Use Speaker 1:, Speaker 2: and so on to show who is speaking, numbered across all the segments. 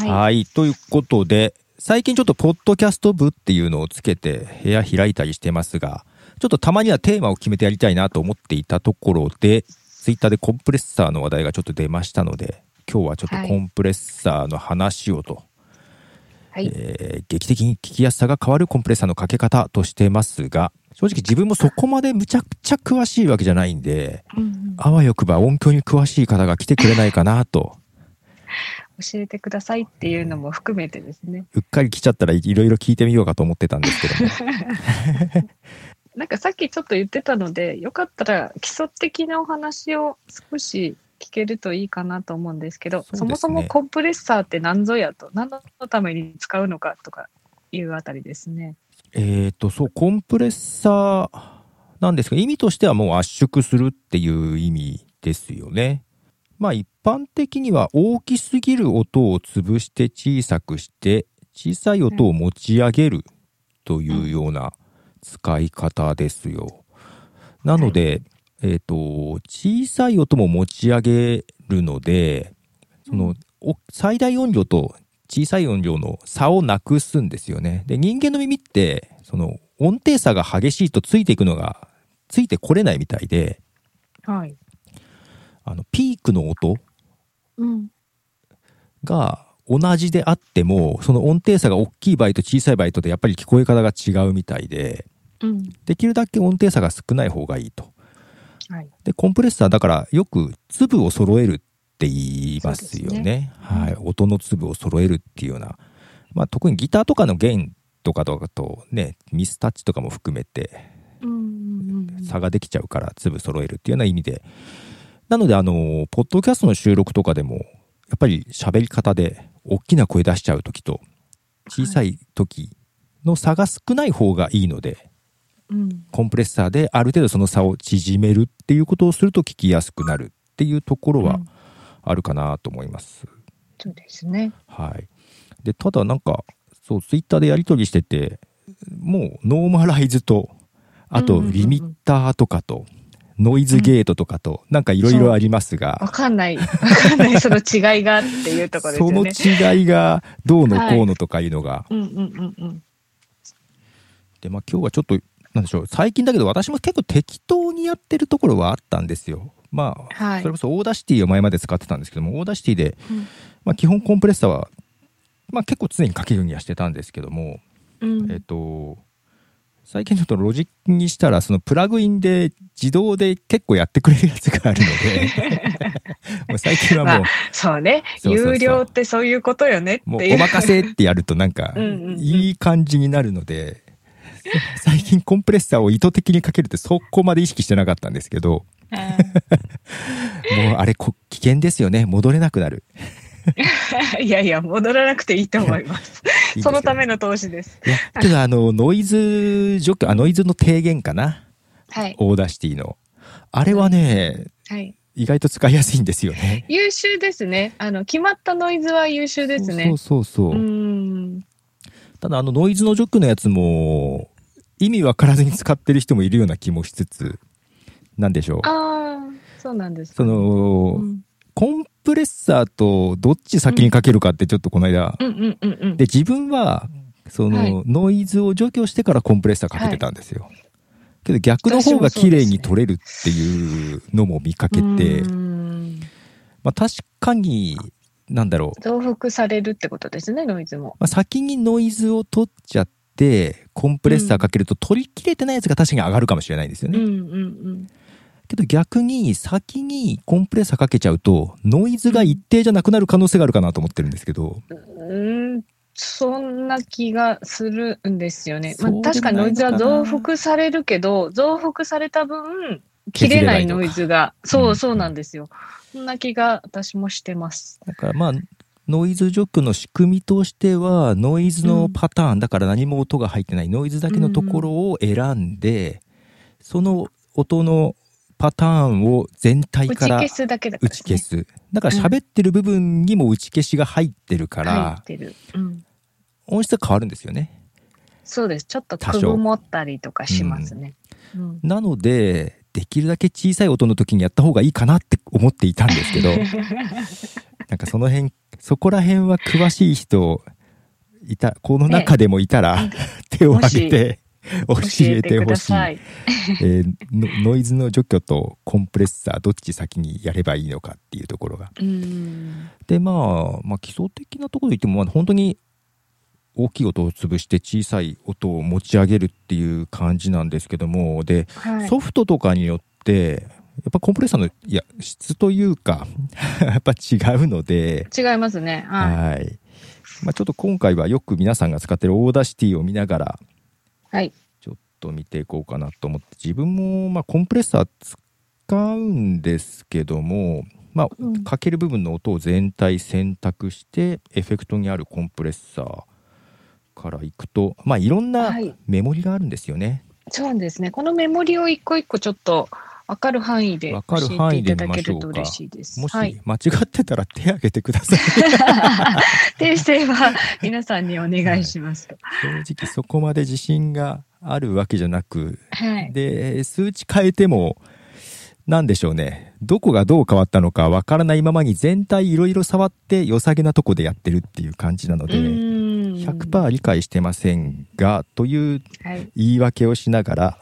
Speaker 1: はい。
Speaker 2: はい。ということで、最近ちょっとポッドキャスト部っていうのをつけて部屋開いたりしてますが、ちょっとたまにはテーマを決めてやりたいなと思っていたところで、ツイッターでコンプレッサーの話題がちょっと出ましたので、今日はちょっとコンプレッサーの話をと、
Speaker 1: はい
Speaker 2: えー劇的に聞きやすさが変わるコンプレッサーのかけ方としてますが、正直自分もそこまでむちゃくちゃ詳しいわけじゃないんで、
Speaker 1: うんうん
Speaker 2: あわよくば音響に詳しい方が来てくれないかなと、
Speaker 1: 教えてくださいっていうのも含めてですね。
Speaker 2: うっかり来ちゃったらいろいろ聞いてみようかと思ってたんですけども。
Speaker 1: なんかさっきちょっと言ってたので、よかったら基礎的なお話を少し聞けるといいかなと思うんですけど、
Speaker 2: そうですね
Speaker 1: そもそもコンプレッサーって何ぞやと、何のために使うのかとかいうあたりですね。
Speaker 2: えっ、と、そう、コンプレッサーなんですが、意味としてはもう圧縮するっていう意味ですよね。まあ一般的には大きすぎる音を潰して小さくして、小さい音を持ち上げるというような使い方ですよ。なので、えっ、と、小さい音も持ち上げるので、その、お最大音量と小さい音量の差をなくすんですよね。で、人間の耳って、その音程差が激しいとついていくのが、ついてこれないみたいで、
Speaker 1: はい。
Speaker 2: あの、ピークの音
Speaker 1: うん。
Speaker 2: が同じであっても、その音程差が大きい場合と小さい場合とでやっぱり聞こえ方が違うみたいで、
Speaker 1: うん。
Speaker 2: できるだけ音程差が少ない方がいいと。
Speaker 1: はい。
Speaker 2: で、コンプレッサーだからよく粒を揃えるって言います
Speaker 1: そ
Speaker 2: よ
Speaker 1: うです
Speaker 2: ね。
Speaker 1: ね
Speaker 2: はい。音の粒を揃えるっていうような。まあ特にギターとかの弦とかとかとね、ミスタッチとかも含めて
Speaker 1: うんうんうん。
Speaker 2: 差ができちゃうから粒揃えるっていうような意味で。なのであの、ポッドキャストの収録とかでも、やっぱり喋り方で大きな声出しちゃう時と小さい時の差が少ない方がいいので、
Speaker 1: うん。
Speaker 2: コンプレッサーである程度その差を縮めるっていうことをすると聞きやすくなるっていうところ
Speaker 1: う
Speaker 2: は
Speaker 1: ん
Speaker 2: あるかなと思います。
Speaker 1: そうですね。
Speaker 2: はい。で、ただなんか、そう、ツイッターでやり取りしてて、もうノーマライズと、あ
Speaker 1: うん
Speaker 2: と
Speaker 1: うんうんうん
Speaker 2: リミッターとかと、ノイズゲートとかと、なんかいろいろあります
Speaker 1: わ
Speaker 2: が、
Speaker 1: かんない。わかんない。その違いがっていうところです
Speaker 2: そ
Speaker 1: よ
Speaker 2: の
Speaker 1: ね。
Speaker 2: 違いがどうのこうのとかいうのが、
Speaker 1: うんうんうんうん。
Speaker 2: で、まあ今日はちょっと、なんでしょう、最近だけど私も結構適当にやってるところはあったんですよ。まあ、
Speaker 1: はい
Speaker 2: それこそオーダーシティを前まで使ってたんですけども、オーダーシティで、
Speaker 1: うん
Speaker 2: まあ基本コンプレッサーは、まあ結構常にかけるようにはしてたんですけども、
Speaker 1: うん
Speaker 2: えっと、最近ちょっとロジックにしたら、そのプラグインで自動で結構やってくれるやつがある ので、もう最近はもう、
Speaker 1: そうね
Speaker 2: そうそうそう
Speaker 1: 有料ってそういうことよね
Speaker 2: も
Speaker 1: っ
Speaker 2: う
Speaker 1: ていう
Speaker 2: お任せってやるとなんか
Speaker 1: うんうんうん
Speaker 2: いい感じになるので、最近コンプレッサーを意図的にかけるってそこまで意識してなかったんですけど、もうあれこ危険ですよね。戻れなくなる。
Speaker 1: いやいや戻らなくていいと思います
Speaker 2: いいんですよ
Speaker 1: そのための投資です
Speaker 2: いや、けどあの、ノイズ除去、あ、ノイズの低減かな。
Speaker 1: はい
Speaker 2: オーダーシティの。あれはね、
Speaker 1: はい
Speaker 2: 意外と使いやすいんですよね。
Speaker 1: 優秀ですねあの決まったノイズは優秀ですね
Speaker 2: そうそうそう
Speaker 1: う
Speaker 2: そう。
Speaker 1: ん
Speaker 2: ただあの、ノイズの除去のやつも、意味わからずに使ってる人もいるような気もしつつ、なんでしょう。
Speaker 1: ああそうなんです
Speaker 2: その、
Speaker 1: うん
Speaker 2: コンプレッサーとどっち先にかけるかってちょっとこの間、
Speaker 1: うんうんうんうん
Speaker 2: で自分はその、
Speaker 1: はい
Speaker 2: ノイズを除去してからコンプレッサーかけてたんですよ、けど逆の方が綺麗に取れるっていうのも見かけて、
Speaker 1: うん
Speaker 2: まあ、確かになんだろう、
Speaker 1: 増幅されるってことですねノイズも
Speaker 2: まあ、先にノイズを取っちゃってコンプレッサーかけると取りきれてないやつが確かに上がるかもしれないんですよ
Speaker 1: うん
Speaker 2: ね、
Speaker 1: うんうん
Speaker 2: けど逆に先にコンプレッサーかけちゃうとノイズが一定じゃなくなる可能性があるかなと思ってるんですけど、
Speaker 1: うんそんな気がするんですよね。まあ
Speaker 2: そう、でも
Speaker 1: 確かにノイズ
Speaker 2: な
Speaker 1: はい
Speaker 2: のかな
Speaker 1: 増幅されるけど、増幅された分、切れないノイズが、
Speaker 2: う
Speaker 1: そ
Speaker 2: ん
Speaker 1: うそうなんですよ。そんな気が私もしてます。
Speaker 2: だからまあノイズ除去の仕組みとしてはノイズのパターン、だから何も音が入ってないノイズだけのところを選んで、その音のパターンを全体
Speaker 1: 打ち
Speaker 2: から
Speaker 1: 消すだけだか
Speaker 2: 打
Speaker 1: ら、ね。
Speaker 2: ち消すだから喋ってる部分にも打ち消しが入ってるから、
Speaker 1: 入ってる。うん。
Speaker 2: 音質が変わるんですよね
Speaker 1: そうです。ちょっと
Speaker 2: 多
Speaker 1: く
Speaker 2: 少
Speaker 1: ぼもったりとかしますね。うん。
Speaker 2: なの でできるだけ小さい音の時にやった方がいいかなって思っていたんですけどなんかその辺、そこら辺は詳しい人、いた、この中でもいたら、手を挙げて、教えてほしい。
Speaker 1: い。
Speaker 2: えーノノイズの除去とコンプレッサーどっち先にやればいいのかっていうところが。
Speaker 1: うん。
Speaker 2: でまあ、まあ基礎的なところで言っても、まあ、本当に大きい音を潰して小さい音を持ち上げるっていう感じなんですけどもで、
Speaker 1: はい。
Speaker 2: ソフトとかによってやっぱコンプレッサーのいや質というか やっぱ違うので。
Speaker 1: 違いますね。は
Speaker 2: はいまあ、ちょっと今回はよく皆さんが使ってるオーダーシティを見ながら
Speaker 1: い。はい。
Speaker 2: ちょっと見ていこうかなと思って自分もまあコンプレッサー使うんですけども、まあ
Speaker 1: うん
Speaker 2: かける部分の音を全体選択してエフェクトにあるコンプレッサーからいくと、まあ、いろんな
Speaker 1: はい
Speaker 2: メモリがあるんですよね。
Speaker 1: そうなんですね。このメモリを一個一個ちょっと分かる範囲で
Speaker 2: わ
Speaker 1: 教
Speaker 2: かる
Speaker 1: え
Speaker 2: 範
Speaker 1: て
Speaker 2: 囲
Speaker 1: い
Speaker 2: で
Speaker 1: た
Speaker 2: 見
Speaker 1: だ
Speaker 2: ま
Speaker 1: け
Speaker 2: しょ
Speaker 1: る
Speaker 2: う
Speaker 1: と
Speaker 2: か
Speaker 1: 嬉しいです。
Speaker 2: もし
Speaker 1: はい。
Speaker 2: 間違ってたら手挙げてください。
Speaker 1: 訂正は皆さんにお願いしますと。
Speaker 2: 正直そこまで自信があるわけじゃなく
Speaker 1: はい。
Speaker 2: で数値変えても何でしょうねどこがどう変わったのかわからないままに全体いろいろ触って良さげなとこでやってるっていう感じなの
Speaker 1: う
Speaker 2: で
Speaker 1: ーん。
Speaker 2: 100%理解してませんがという
Speaker 1: はい。
Speaker 2: 言い訳をしながら、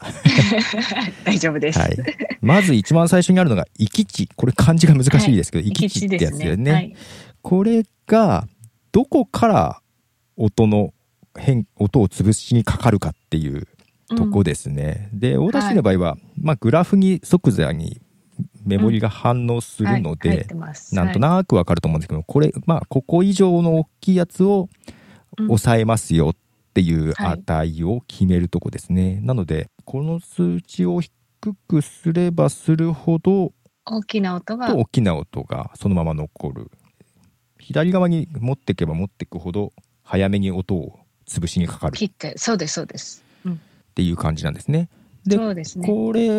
Speaker 1: 大丈夫です。
Speaker 2: はい、まず一番最初にあるのが「行き地」これ漢字が難しいですけど「行き地」ってやつだよね。
Speaker 1: はい。
Speaker 2: これがどこから音の変音を潰しにかかるかっていうとこですね。で、オーダーシティの場合は、まあ、グラフに即座にメモリが反応するので、
Speaker 1: はい入ってます
Speaker 2: なんと
Speaker 1: は
Speaker 2: なくわかると思うんですけど、これ、まあ、ここ以上の大きいやつを
Speaker 1: うん
Speaker 2: 抑えますよっていう
Speaker 1: はい
Speaker 2: 値を決めるとこですね。なので、この数値を低くすればするほど、
Speaker 1: い大きな音が
Speaker 2: と大きな音がそのまま残る。左側に持っていけば持っていくほど、早めに音を潰しにかかるっ
Speaker 1: 切って、そうです、そうです。うん。
Speaker 2: ていう感じなんですね。で
Speaker 1: そうですね。
Speaker 2: これ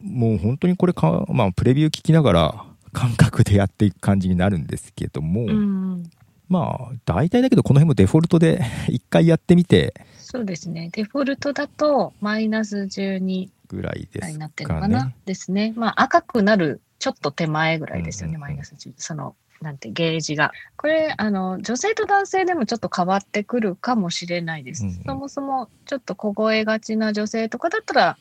Speaker 2: もう本当にこれか、まあ、プレビュー聞きながら 感覚でやっていく感じになるんですけども、
Speaker 1: うん。
Speaker 2: まあ大体だけどこの辺もデフォルトで 一回やってみて
Speaker 1: そうですね。デフォルトだとマイナス12
Speaker 2: ぐらい
Speaker 1: ぐ
Speaker 2: で
Speaker 1: らいに
Speaker 2: す
Speaker 1: なってるの
Speaker 2: か
Speaker 1: かな
Speaker 2: ね。
Speaker 1: ですね。まあ赤くなるちょっと手前ぐらいですよね、
Speaker 2: うんうんう
Speaker 1: マ
Speaker 2: ん
Speaker 1: イナス12。そのなんてゲージが。これあの女性と男性でもちょっと変わってくるかもしれないです。
Speaker 2: うんうん
Speaker 1: そもそもちょっと凍えがちな女性とかだったら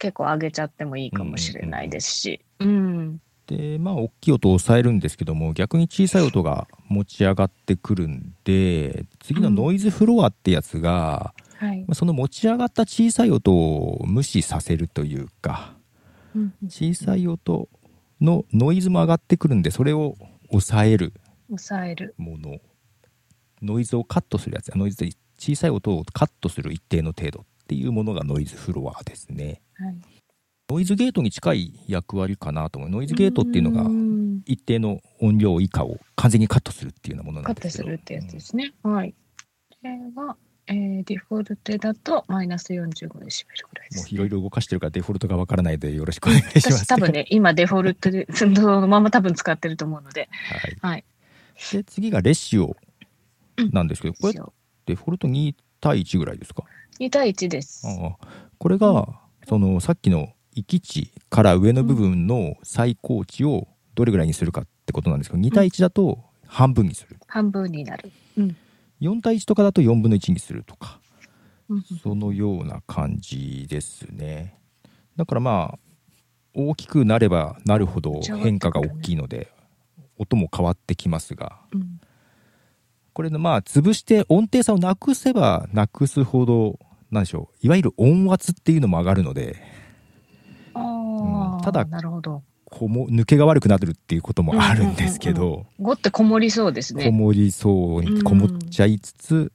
Speaker 1: 結構上げちゃってもいいかもしれないですし。うん
Speaker 2: でまあ大きい音を抑えるんですけども逆に小さい音が持ち上がってくるんで次のノイズフロアってやつが、
Speaker 1: はい。
Speaker 2: まあその持ち上がった小さい音を無視させるというか
Speaker 1: うんうん
Speaker 2: 小さい音のノイズも上がってくるんでそれを抑える
Speaker 1: 抑える。
Speaker 2: ものノイズをカットするやつノイズで小さい音をカットする一定の程度っていうものがノイズフロアですね
Speaker 1: はい。
Speaker 2: ノイズゲートに近い役割かなと思うノイズゲートっていうのが
Speaker 1: ん
Speaker 2: 一定の音量以下を完全にカットするっていうようなものな
Speaker 1: カッ
Speaker 2: んで
Speaker 1: ト
Speaker 2: すけ
Speaker 1: す
Speaker 2: ど
Speaker 1: るってやつですね。はい。これは、えーデフォルテだとマイナス45デシベルぐらい
Speaker 2: うん
Speaker 1: で
Speaker 2: も
Speaker 1: す、
Speaker 2: ういろいろ動かしてるからデフォルトがわからないでよろしくお願いしま す
Speaker 1: 私多分ね、今デフォルトで、そのまま多分使ってると思うので、
Speaker 2: はい、
Speaker 1: はい。
Speaker 2: で次がレシオなんですけどこれ
Speaker 1: 一応
Speaker 2: デフォルト2対1ぐらいですか
Speaker 1: 2対1です。
Speaker 2: ああこれが、そのさっきの行き地から上の部分の最高値をどれぐらいにするかってことなんですけど2対1だと半分にする
Speaker 1: 半分になる。うん。
Speaker 2: 4対1とかだと4分の1にするとか
Speaker 1: うん
Speaker 2: そのような感じですねだからまあ大きくなればなるほど変化が大きいので音も変わってきますが
Speaker 1: うん
Speaker 2: これのまあ潰して音程差をなくせばなくすほどなんでしょういわゆる音圧っていうのも上がるので
Speaker 1: あ
Speaker 2: うん
Speaker 1: あ、
Speaker 2: ただ
Speaker 1: なるほど。
Speaker 2: こも抜けが悪くなるっていうこともあるんですけど、
Speaker 1: 5ってこもりそうです
Speaker 2: こ
Speaker 1: ね。
Speaker 2: もりそう
Speaker 1: う
Speaker 2: に
Speaker 1: ん
Speaker 2: こもっちゃいつつ、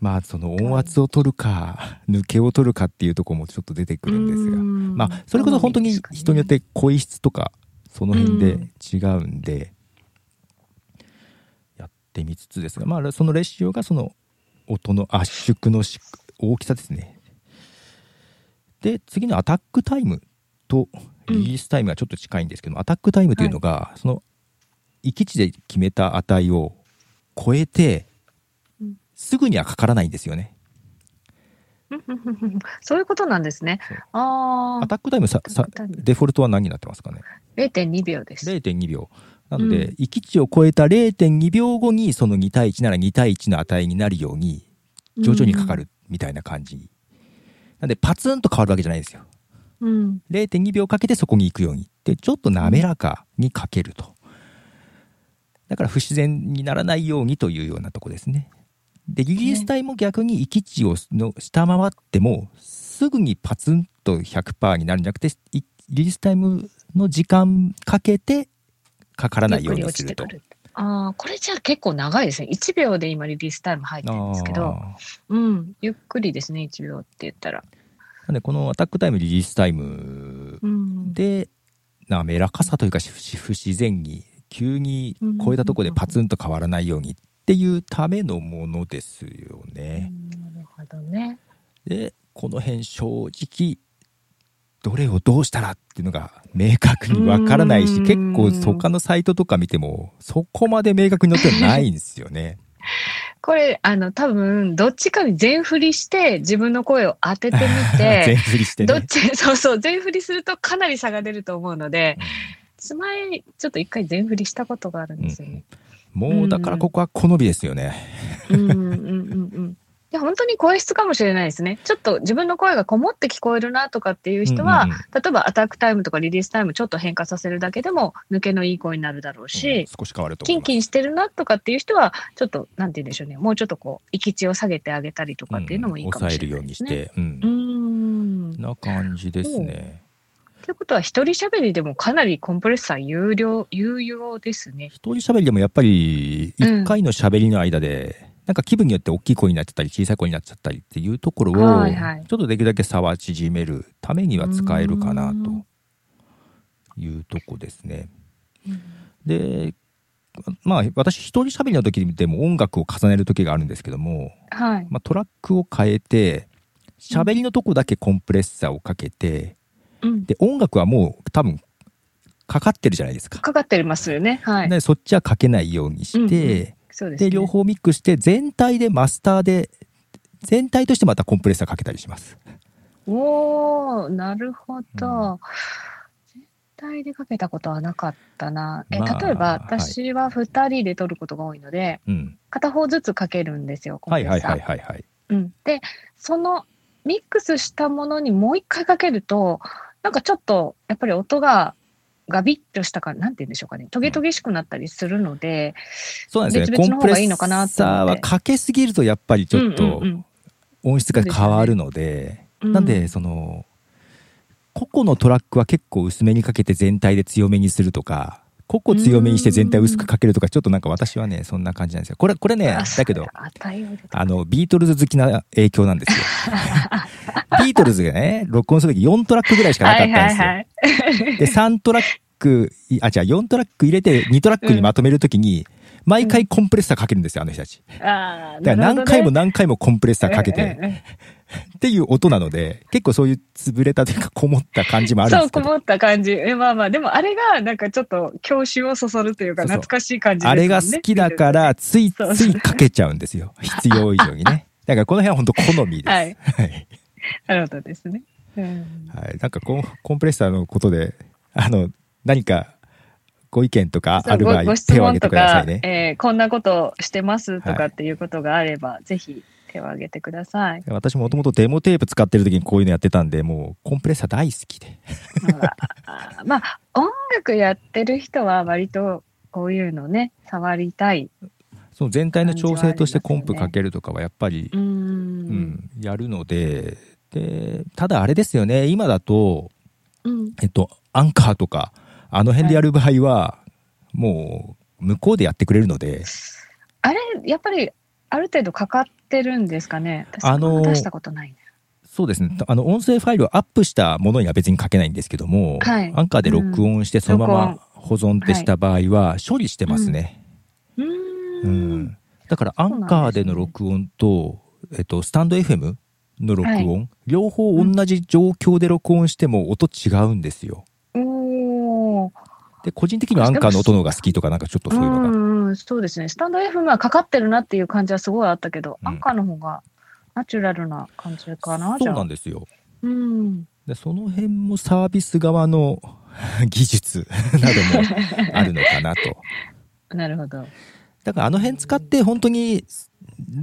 Speaker 2: まあその音圧を取るか、抜けを取るかっていうところもちょっと出てくるんですが、
Speaker 1: うん
Speaker 2: まあそれこそ本当に人によっ、て声質とかその辺で違うんで、やってみつつですがまあそのレシオがその音の圧縮のし大きさですねで次のアタックタイムとリリースタイムがちょっと近いんですけども、アタックタイムというのが、その域値で決めた値を超えて
Speaker 1: うん
Speaker 2: すぐにはかからないんですよね、
Speaker 1: うんうんうんうんそういうことなんですね
Speaker 2: そう。
Speaker 1: あ
Speaker 2: ア
Speaker 1: あ、
Speaker 2: タックタイムさ
Speaker 1: アタ
Speaker 2: さ
Speaker 1: ックタイム
Speaker 2: デフォルトは何になってますかね
Speaker 1: 0.2秒です。
Speaker 2: 0.2秒なので、
Speaker 1: うん
Speaker 2: 域値を超えた0.2秒後にその2対1なら2対1の値になるように徐々にかかるみたいな感じ、なんでパツンと変わるわけじゃないんですよ
Speaker 1: うん。
Speaker 2: 0.2秒かけてそこに行くようにってちょっと滑らかにかけるとだから不自然にならないようにというようなとこですねでリリース体も逆に域値をの下回ってもすぐにパツンと100%になるんじゃなくていリリースタイムの時間かけてかからないようにすると
Speaker 1: ゆっくり落ちてくるああ、これじゃあ結構長いですね。1秒で今リリースタイム入ってるんですけど、
Speaker 2: あー
Speaker 1: うん、ゆっくりですね、1秒って言ったら。
Speaker 2: なんでこのアタックタイムリリースタイム
Speaker 1: うん、
Speaker 2: で滑らかさというかし不不自然に急に超えたとこでパツンと変わらないようにっていうためのものですよ
Speaker 1: うん
Speaker 2: ね。
Speaker 1: なるほどね。
Speaker 2: でこの辺正直どれをどうしたらっていうのが明確にわからないし
Speaker 1: うん
Speaker 2: 結構他のサイトとか見てもそこまで明確に載ってないんですよね。
Speaker 1: これ、あの、多分、どっちかに全振りして、自分の声を当てて み
Speaker 2: 全
Speaker 1: て、
Speaker 2: 振りして
Speaker 1: どっ
Speaker 2: ね。
Speaker 1: ち、 そうそう、全振りするとかなり差が出ると思うので、つまり、ちょっと一回全振りしたことがあるん
Speaker 2: うん
Speaker 1: ですよね。
Speaker 2: もうだからここは好みですよね。
Speaker 1: うんうんうんうんいや本当に声質かもしれないですね。ちょっと自分の声がこもって聞こえるなとかっていう人は、
Speaker 2: うんうんうん
Speaker 1: 例えばアタックタイムとかリリースタイムちょっと変化させるだけでも抜けのいい声になるだろうし、
Speaker 2: うん少し変わると思
Speaker 1: キ
Speaker 2: い
Speaker 1: ンキ
Speaker 2: ます
Speaker 1: ンしてるなとかっていう人は、ちょっとなんて言うんでしょうね、もうちょっとこう、息地を下げてあげたりとかっていうのもいいかもしれないです
Speaker 2: 抑える
Speaker 1: ね。
Speaker 2: ようにして。
Speaker 1: う
Speaker 2: うん
Speaker 1: ん。
Speaker 2: な感じですね。
Speaker 1: ということは、一人喋りでもかなりコンプレッサー有料、有用ですね。
Speaker 2: 一人喋りでもやっぱり
Speaker 1: うん
Speaker 2: 一回の喋りの間で、なんか気分によって大きい声になっちゃったり小さい声になっちゃったりっていうところをち
Speaker 1: はい
Speaker 2: ょ
Speaker 1: は
Speaker 2: っ
Speaker 1: い
Speaker 2: とできるだけ差は縮めるためには使えるかな
Speaker 1: うん
Speaker 2: というとこですね。でまあ私一人喋りの時でも音楽を重ねる時があるんですけども、
Speaker 1: はい。
Speaker 2: まあ、トラックを変えて喋りのとこだけコンプレッサーをかけて
Speaker 1: うん。
Speaker 2: で音楽はもう多分かかってるじゃないですか。
Speaker 1: かかってますよね。はい。
Speaker 2: でそっちはかけないようにして。
Speaker 1: うんうんそうです、ね。
Speaker 2: で両方ミックスして全体でマスターで全体としてまたコンプレッサーかけたりします
Speaker 1: おー、なるほ
Speaker 2: う
Speaker 1: ど。全体でかけたことはなかったな。え、
Speaker 2: まあ
Speaker 1: 例えば、
Speaker 2: はい
Speaker 1: 私は2人で撮ることが多いので、
Speaker 2: うん
Speaker 1: 片方ずつかけるんですよ、コン
Speaker 2: は
Speaker 1: プ
Speaker 2: い
Speaker 1: レ
Speaker 2: は
Speaker 1: ッ
Speaker 2: い
Speaker 1: サー。
Speaker 2: はいはいはい
Speaker 1: うん、で、そのミックスしたものにもう一回かけると、なんかちょっと、やっぱり音が、ガビッとしたから、なんて言うんでしょうかね、トゲトゲしくなったりするので、
Speaker 2: そうなんですよね
Speaker 1: 別
Speaker 2: コ
Speaker 1: 々
Speaker 2: ン
Speaker 1: の
Speaker 2: プ
Speaker 1: 方
Speaker 2: レ
Speaker 1: がいい
Speaker 2: ッ
Speaker 1: のかなと思って
Speaker 2: サーはかけすぎるとやっぱりちょっと
Speaker 1: うんうん
Speaker 2: 音質が変わるので、
Speaker 1: うん
Speaker 2: なんで、その個々のトラックは結構薄めにかけて全体で強めにするとか個々強めにして全体薄くかけるとかちょっとなんか私はねそんな感じなんですよこれこれ
Speaker 1: うん
Speaker 2: ね
Speaker 1: あそ
Speaker 2: だ
Speaker 1: う
Speaker 2: けど
Speaker 1: 値を入れた
Speaker 2: あの、ビートルズ好きな影響なん ですよ。ビートルズがね、録音するとき4トラックぐらいしかなかったんですよ。
Speaker 1: はいはいはい。
Speaker 2: で、3トラック、いあ、じゃあ4トラック入れて2トラックにまとめるときに、毎回コンプレッサーかけるんですよ、あの人たち。
Speaker 1: あー
Speaker 2: だから何回も何回もコンプレッサーかけ
Speaker 1: なるほどねうん
Speaker 2: て、
Speaker 1: うんうん
Speaker 2: っていう音なので、結構そういう潰れたというか、こもった感じもあるん
Speaker 1: そ
Speaker 2: で
Speaker 1: う、
Speaker 2: すけ
Speaker 1: こ
Speaker 2: ど。
Speaker 1: もった感じ。えまあまあ、でもあれが、なんかちょっと、郷愁をそそるというか、
Speaker 2: そうそう
Speaker 1: 懐かしい感じです
Speaker 2: あ
Speaker 1: よね。
Speaker 2: れが好きだか。ら、つい
Speaker 1: そう
Speaker 2: ついかけちゃうんですよ。必要以上 にね。だからこの辺は本当好みです。
Speaker 1: はい
Speaker 2: はい
Speaker 1: なるほどですね。うん
Speaker 2: はい、なんかコンコンプレッサーのことで、あの、何かご意見とか
Speaker 1: そ
Speaker 2: あ
Speaker 1: う
Speaker 2: る場
Speaker 1: ごご
Speaker 2: 合、
Speaker 1: 質
Speaker 2: 手を挙
Speaker 1: 問
Speaker 2: げて
Speaker 1: と
Speaker 2: くださ
Speaker 1: か
Speaker 2: い、ね。
Speaker 1: えーこんなことしてますと
Speaker 2: は
Speaker 1: か
Speaker 2: い。
Speaker 1: っていうことがあれば、ぜひ手を挙げてください
Speaker 2: 私もともとデモテープ使ってる時にこういうのやってたんで、もうコンプレッサー大好きで。
Speaker 1: あ ーまあ、音楽やってる人は割とこういうのね、触りたい。
Speaker 2: その全体の調整としてコンプ
Speaker 1: 感じはありますよね
Speaker 2: かけるとかはやっぱり、
Speaker 1: うーん
Speaker 2: うん、やるので、で、ただあれですよね、今だと、
Speaker 1: うん。
Speaker 2: えっと、アンカーとか、あの辺でやる場合は、もう、向こうでやってくれるので、
Speaker 1: あれ、やっぱり、ある程度かかってるんですかね。私、
Speaker 2: あのー
Speaker 1: 出したことないね。
Speaker 2: そうですね。あの、音声ファイルをアップしたものには別に書けないんですけども、
Speaker 1: はい
Speaker 2: アンカーで録音してそのま
Speaker 1: うん
Speaker 2: ま保存ってした場合は処理してますね。
Speaker 1: うー。
Speaker 2: うんんだからアンカーでの録音と、えっと、スタンド FM の録音、両方同じ状況で録音しても音違うんですよ。
Speaker 1: おー
Speaker 2: で、個人的にはアンカーの音の方が好きとかなんかちょっとそういうのが。
Speaker 1: んうん、そうですね。スタンド F はかかってるなっていう感じはすごいあったけど、
Speaker 2: うん
Speaker 1: アンカーの方がナチュラルな感じかな、
Speaker 2: そう
Speaker 1: じゃ
Speaker 2: な
Speaker 1: あ
Speaker 2: ん。ですよ。
Speaker 1: うん。
Speaker 2: で、その辺もサービス側の技術などもあるのかなと。
Speaker 1: なるほど。
Speaker 2: だからあの辺使って本当に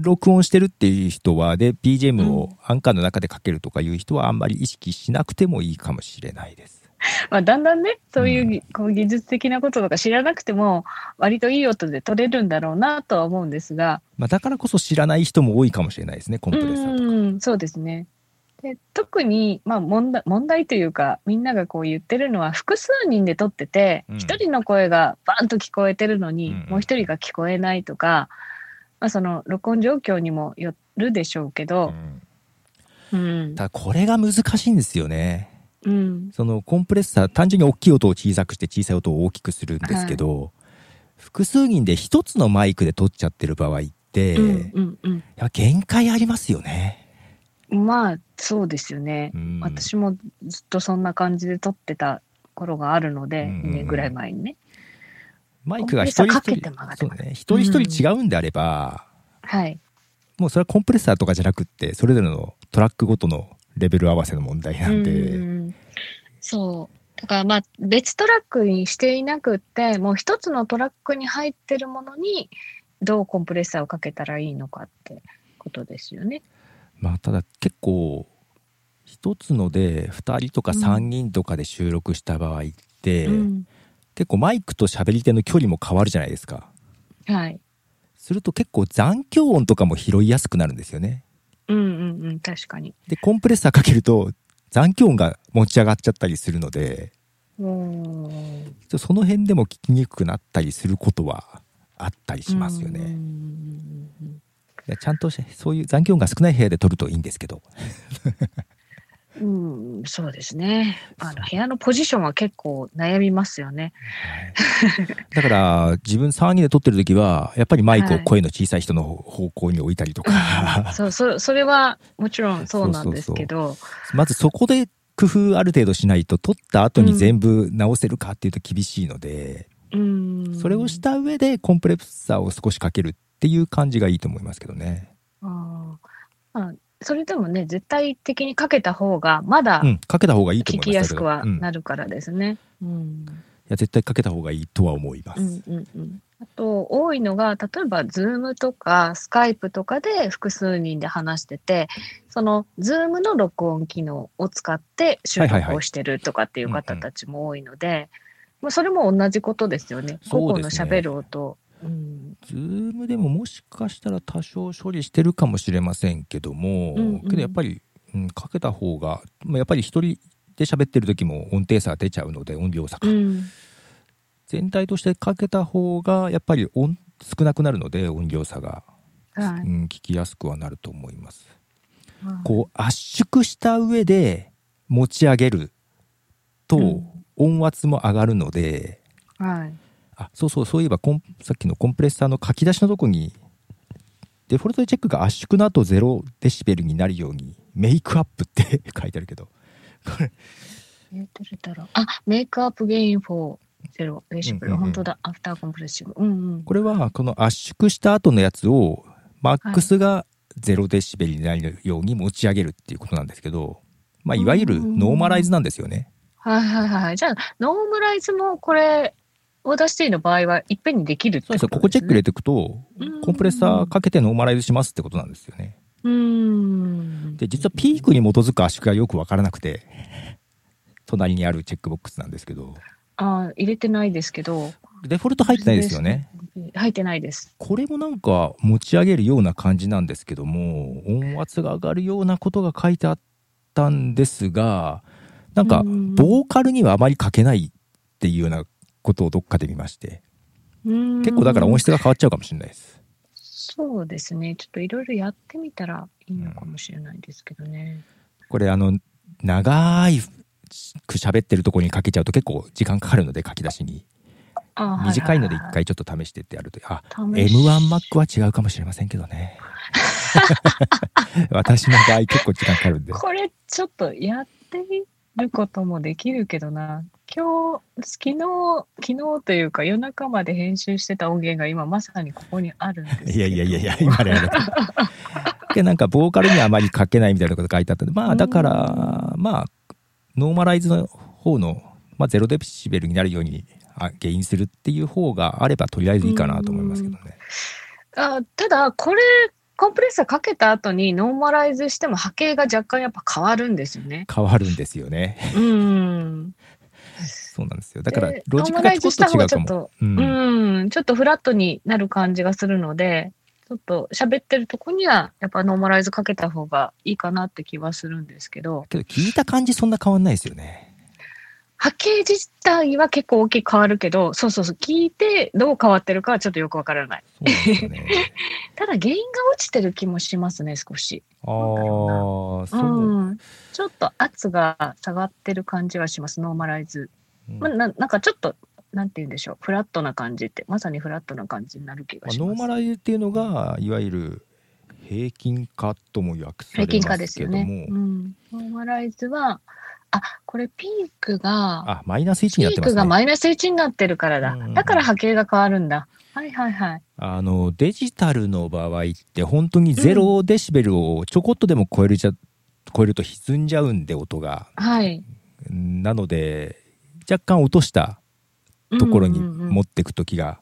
Speaker 2: 録音してるっていう人はで BGM をアンカーの中でかけるとかいう人はあんまり意識しなくてもいいかもしれないです。
Speaker 1: まあ、だんだんね、そういう
Speaker 2: う
Speaker 1: ぎこう技術的なこととか知らなくても、割といい音で取れるんだろうなとは思うんですが、
Speaker 2: まあ、だからこそ知らない人も多いかもしれないですねコン
Speaker 1: う
Speaker 2: プレッサーとか。
Speaker 1: ん、そうですね。で特に、まあ、問題問題というか、みんながこう言ってるのは、複数人で撮ってて
Speaker 2: う、ん
Speaker 1: 一、人の声がバーンと聞こえてるのに、
Speaker 2: うん
Speaker 1: もう一人が聞こえないとか、まあ、その録音状況にもよるでしょうけど、
Speaker 2: うん
Speaker 1: うん
Speaker 2: ただこれが難しいんですよね。
Speaker 1: うん
Speaker 2: そのコンプレッサー単純に大きい音を小さくして小さい音を大きくするんですけど、複数人で一つのマイクで撮っちゃってる場合って、
Speaker 1: うんうんうん
Speaker 2: やっぱ限界ありますよね。
Speaker 1: まあそうですよね。
Speaker 2: うん
Speaker 1: 私もずっとそんな感じで撮ってた頃があるので、
Speaker 2: うんうんうん
Speaker 1: 2年ぐらい前にね。
Speaker 2: マイクが一人一
Speaker 1: コンプレッサーかけて曲が
Speaker 2: 人
Speaker 1: って
Speaker 2: そう
Speaker 1: ます
Speaker 2: ね一人一人違うんであれば、
Speaker 1: はい。
Speaker 2: もうそれはコンプレッサーとかじゃなくってそれぞれのトラックごとのレベル合わせの問題なんで、
Speaker 1: うんそう。だからまあ別トラックにしていなくって、もう一つのトラックに入ってるものにどうコンプレッサーをかけたらいいのかってことですよね。
Speaker 2: まあただ結構一つので2人とか3人とかで収録した場合って、
Speaker 1: うん
Speaker 2: 結構マイクと喋り手の距離も変わるじゃないですか。
Speaker 1: はい。
Speaker 2: すると結構残響音とかも拾いやすくなるんですよね。
Speaker 1: うんうんうん、確かに。
Speaker 2: でコンプレッサーかけると残響音が持ち上がっちゃったりするので
Speaker 1: うん
Speaker 2: ちょっとその辺でも聞きにくくなったりすることはあったりしますよ
Speaker 1: うんうん
Speaker 2: ね。
Speaker 1: うんうん
Speaker 2: いやちゃんとしそういう残響音が少ない部屋で撮るといいんですけど
Speaker 1: うん、そうですね。あの部屋のポジションは結構悩みますよね。
Speaker 2: だから自分3人で撮ってる時はやっぱりマイクを声の小さい人の方向に置いたりとか、
Speaker 1: そう、そそれはもちろんそうなんですけど、
Speaker 2: まずそこで工夫ある程度しないと撮った後に全部直せるかっていうと厳しいので、
Speaker 1: うん、
Speaker 2: それをした上でコンプレッサーを少しかけるっていう感じがいいと思いますけどね。
Speaker 1: あーまあ、それでもね、絶対的にかけた方がまだ
Speaker 2: うん、かけた方がいいと思
Speaker 1: 聞
Speaker 2: いま
Speaker 1: きや
Speaker 2: す
Speaker 1: すくは
Speaker 2: うん、い
Speaker 1: なるからですね。うん、
Speaker 2: や絶対かけた方がいいとは思いま
Speaker 1: う
Speaker 2: す。
Speaker 1: ん、うん、うん。あと多いのが例えば Zoom とか Skype とかで複数人で話しててその Zoom の録音機能を使って収
Speaker 2: はいはい
Speaker 1: 録
Speaker 2: は
Speaker 1: を
Speaker 2: い
Speaker 1: してるとかっていう方たちも多いので、まあ、それも同じことですよね
Speaker 2: そう
Speaker 1: 個
Speaker 2: で
Speaker 1: 々の
Speaker 2: す
Speaker 1: し
Speaker 2: ね
Speaker 1: ゃべる音。うん
Speaker 2: ズームでももしかしたら多少処理してるかもしれませんけども、
Speaker 1: うんうん
Speaker 2: けどやっぱり、うん、かけた方が、まあ、やっぱり一人で喋ってる時も音程差が出ちゃうので音量差
Speaker 1: う
Speaker 2: が、
Speaker 1: ん
Speaker 2: 全体としてかけた方がやっぱり音少なくなるので音量差が、
Speaker 1: はい
Speaker 2: うん、聞きやすくはなると思います。
Speaker 1: はい
Speaker 2: こう圧縮した上で持ち上げる
Speaker 1: う
Speaker 2: と
Speaker 1: ん
Speaker 2: 音圧も上がるので、
Speaker 1: はい。
Speaker 2: あそうそうそういえばコンさっきのコンプレッサーの書き出しのとこにデフォルトチェックが圧縮の後0デシベルになるようにメイクアップって 書いてあるけどこれ
Speaker 1: えーどれだろうあ、メイクアップゲイン4。ゼロレシプル、
Speaker 2: うんうんうん
Speaker 1: 本当だ、アフターコンプレッシブ。うんうん。
Speaker 2: これはこの圧縮した後のやつをマックスが0デシベルになるように持ち上げるっていうことなんですけど、まあ、いわゆるノーマライズなんですよね。
Speaker 1: はいはいはい。じゃあ、ノームライズもこれ、オーダーシティの場合はいっぺんにできるって
Speaker 2: そう
Speaker 1: こ
Speaker 2: です
Speaker 1: と
Speaker 2: よここチェック入
Speaker 1: で
Speaker 2: れていくと
Speaker 1: すね
Speaker 2: コンプレッサーかけてノーマライズしますってことなんですよね。
Speaker 1: うん。
Speaker 2: で、実はピークに基づく圧縮がよくわからなくて、隣にあるチェックボックスなんですけど、
Speaker 1: あー入れてないですけど、
Speaker 2: デフォルト入ってないですよね。
Speaker 1: 入ってないです。
Speaker 2: これもなんか持ち上げるような感じなんですけども、音圧が上がるようなことが書いてあったんですが、なんか
Speaker 1: う、ん
Speaker 2: ボーカルにはあまり書けないっていうようなことをどっかで見まして、
Speaker 1: うん
Speaker 2: 結構だから音質が変わっちゃうかもしれないです。
Speaker 1: そうですね。ちょっといろいろやってみたらいいのかもしれないですけどね。
Speaker 2: これあの長いく喋ってるところにかけちゃうと結構時間かかるので書き出しに
Speaker 1: あー
Speaker 2: 短いので
Speaker 1: は
Speaker 2: 一回ちょっと試してってやると
Speaker 1: は
Speaker 2: あ m
Speaker 1: いはい
Speaker 2: 1マックは違うかもしれませんけ どね私の場合結構時間かかるんで
Speaker 1: これちょっとやってみることもできるけどな今日昨日昨日というか夜中まで編集してた音源が今まさにここにあるんですけど
Speaker 2: いやいやいや いや今でやるとでなんかボーカルにはあまり書けないみたいなこと書いてあったんでまあだからまあノーマライズの方のまあ、0デシベルになるようにあゲインするっていう方があればとりあえずいいかなと思いますけどね。
Speaker 1: あただこれコンプレッサーかけた後にノーマライズしても波形が若干やっぱ変わるんですよね。
Speaker 2: 変わるんです よね。
Speaker 1: うん。
Speaker 2: そうなんですよ。だから
Speaker 1: で
Speaker 2: ロジックがちょっと違
Speaker 1: ノーマライズした方が
Speaker 2: うか
Speaker 1: ちょっ
Speaker 2: も。
Speaker 1: と
Speaker 2: うん
Speaker 1: うん、ちょっとフラットになる感じがするので、ちょっと喋ってるとこには、やっぱノーマライズかけた方がいいかなって気はするんですけど、
Speaker 2: けど聞いた感じそんな変わんないですよね。
Speaker 1: 波形自体は結構大きく変わるけど、そうそうそう、聞いてどう変わってるかはちょっとよくわからない。
Speaker 2: そうなんです よね。
Speaker 1: ただ原因が落ちてる気もしますね、少し。
Speaker 2: ああー、
Speaker 1: う
Speaker 2: そう。
Speaker 1: ん。ちょっと圧が下がってる感じはします、ノーマライズ。
Speaker 2: うん
Speaker 1: まあ、ななんかちょっと、なんて言うんでしょう、フラットな感じって、まさにフラットな感じになる気が
Speaker 2: まあ
Speaker 1: します。
Speaker 2: ノーマライズっていうのがいわゆる平均化とも訳され
Speaker 1: 平均化
Speaker 2: ま
Speaker 1: ですす
Speaker 2: け
Speaker 1: よ
Speaker 2: ど
Speaker 1: ね
Speaker 2: も、。
Speaker 1: うん、ノーマライズは、あこれピークが、
Speaker 2: あマイナス1
Speaker 1: ピ
Speaker 2: になっ
Speaker 1: ー
Speaker 2: てます
Speaker 1: ク
Speaker 2: ね
Speaker 1: が。マイナス1になってるからだ
Speaker 2: うん。
Speaker 1: だから波形が変わるんだ。はいはいはい。
Speaker 2: あのデジタルの場合って本当にゼロデシベルをちょこっとでも超えるじゃ、超えると歪んじゃうんで音が
Speaker 1: はい。
Speaker 2: なので若干落としたところに
Speaker 1: うんうんうん
Speaker 2: 持ってく時が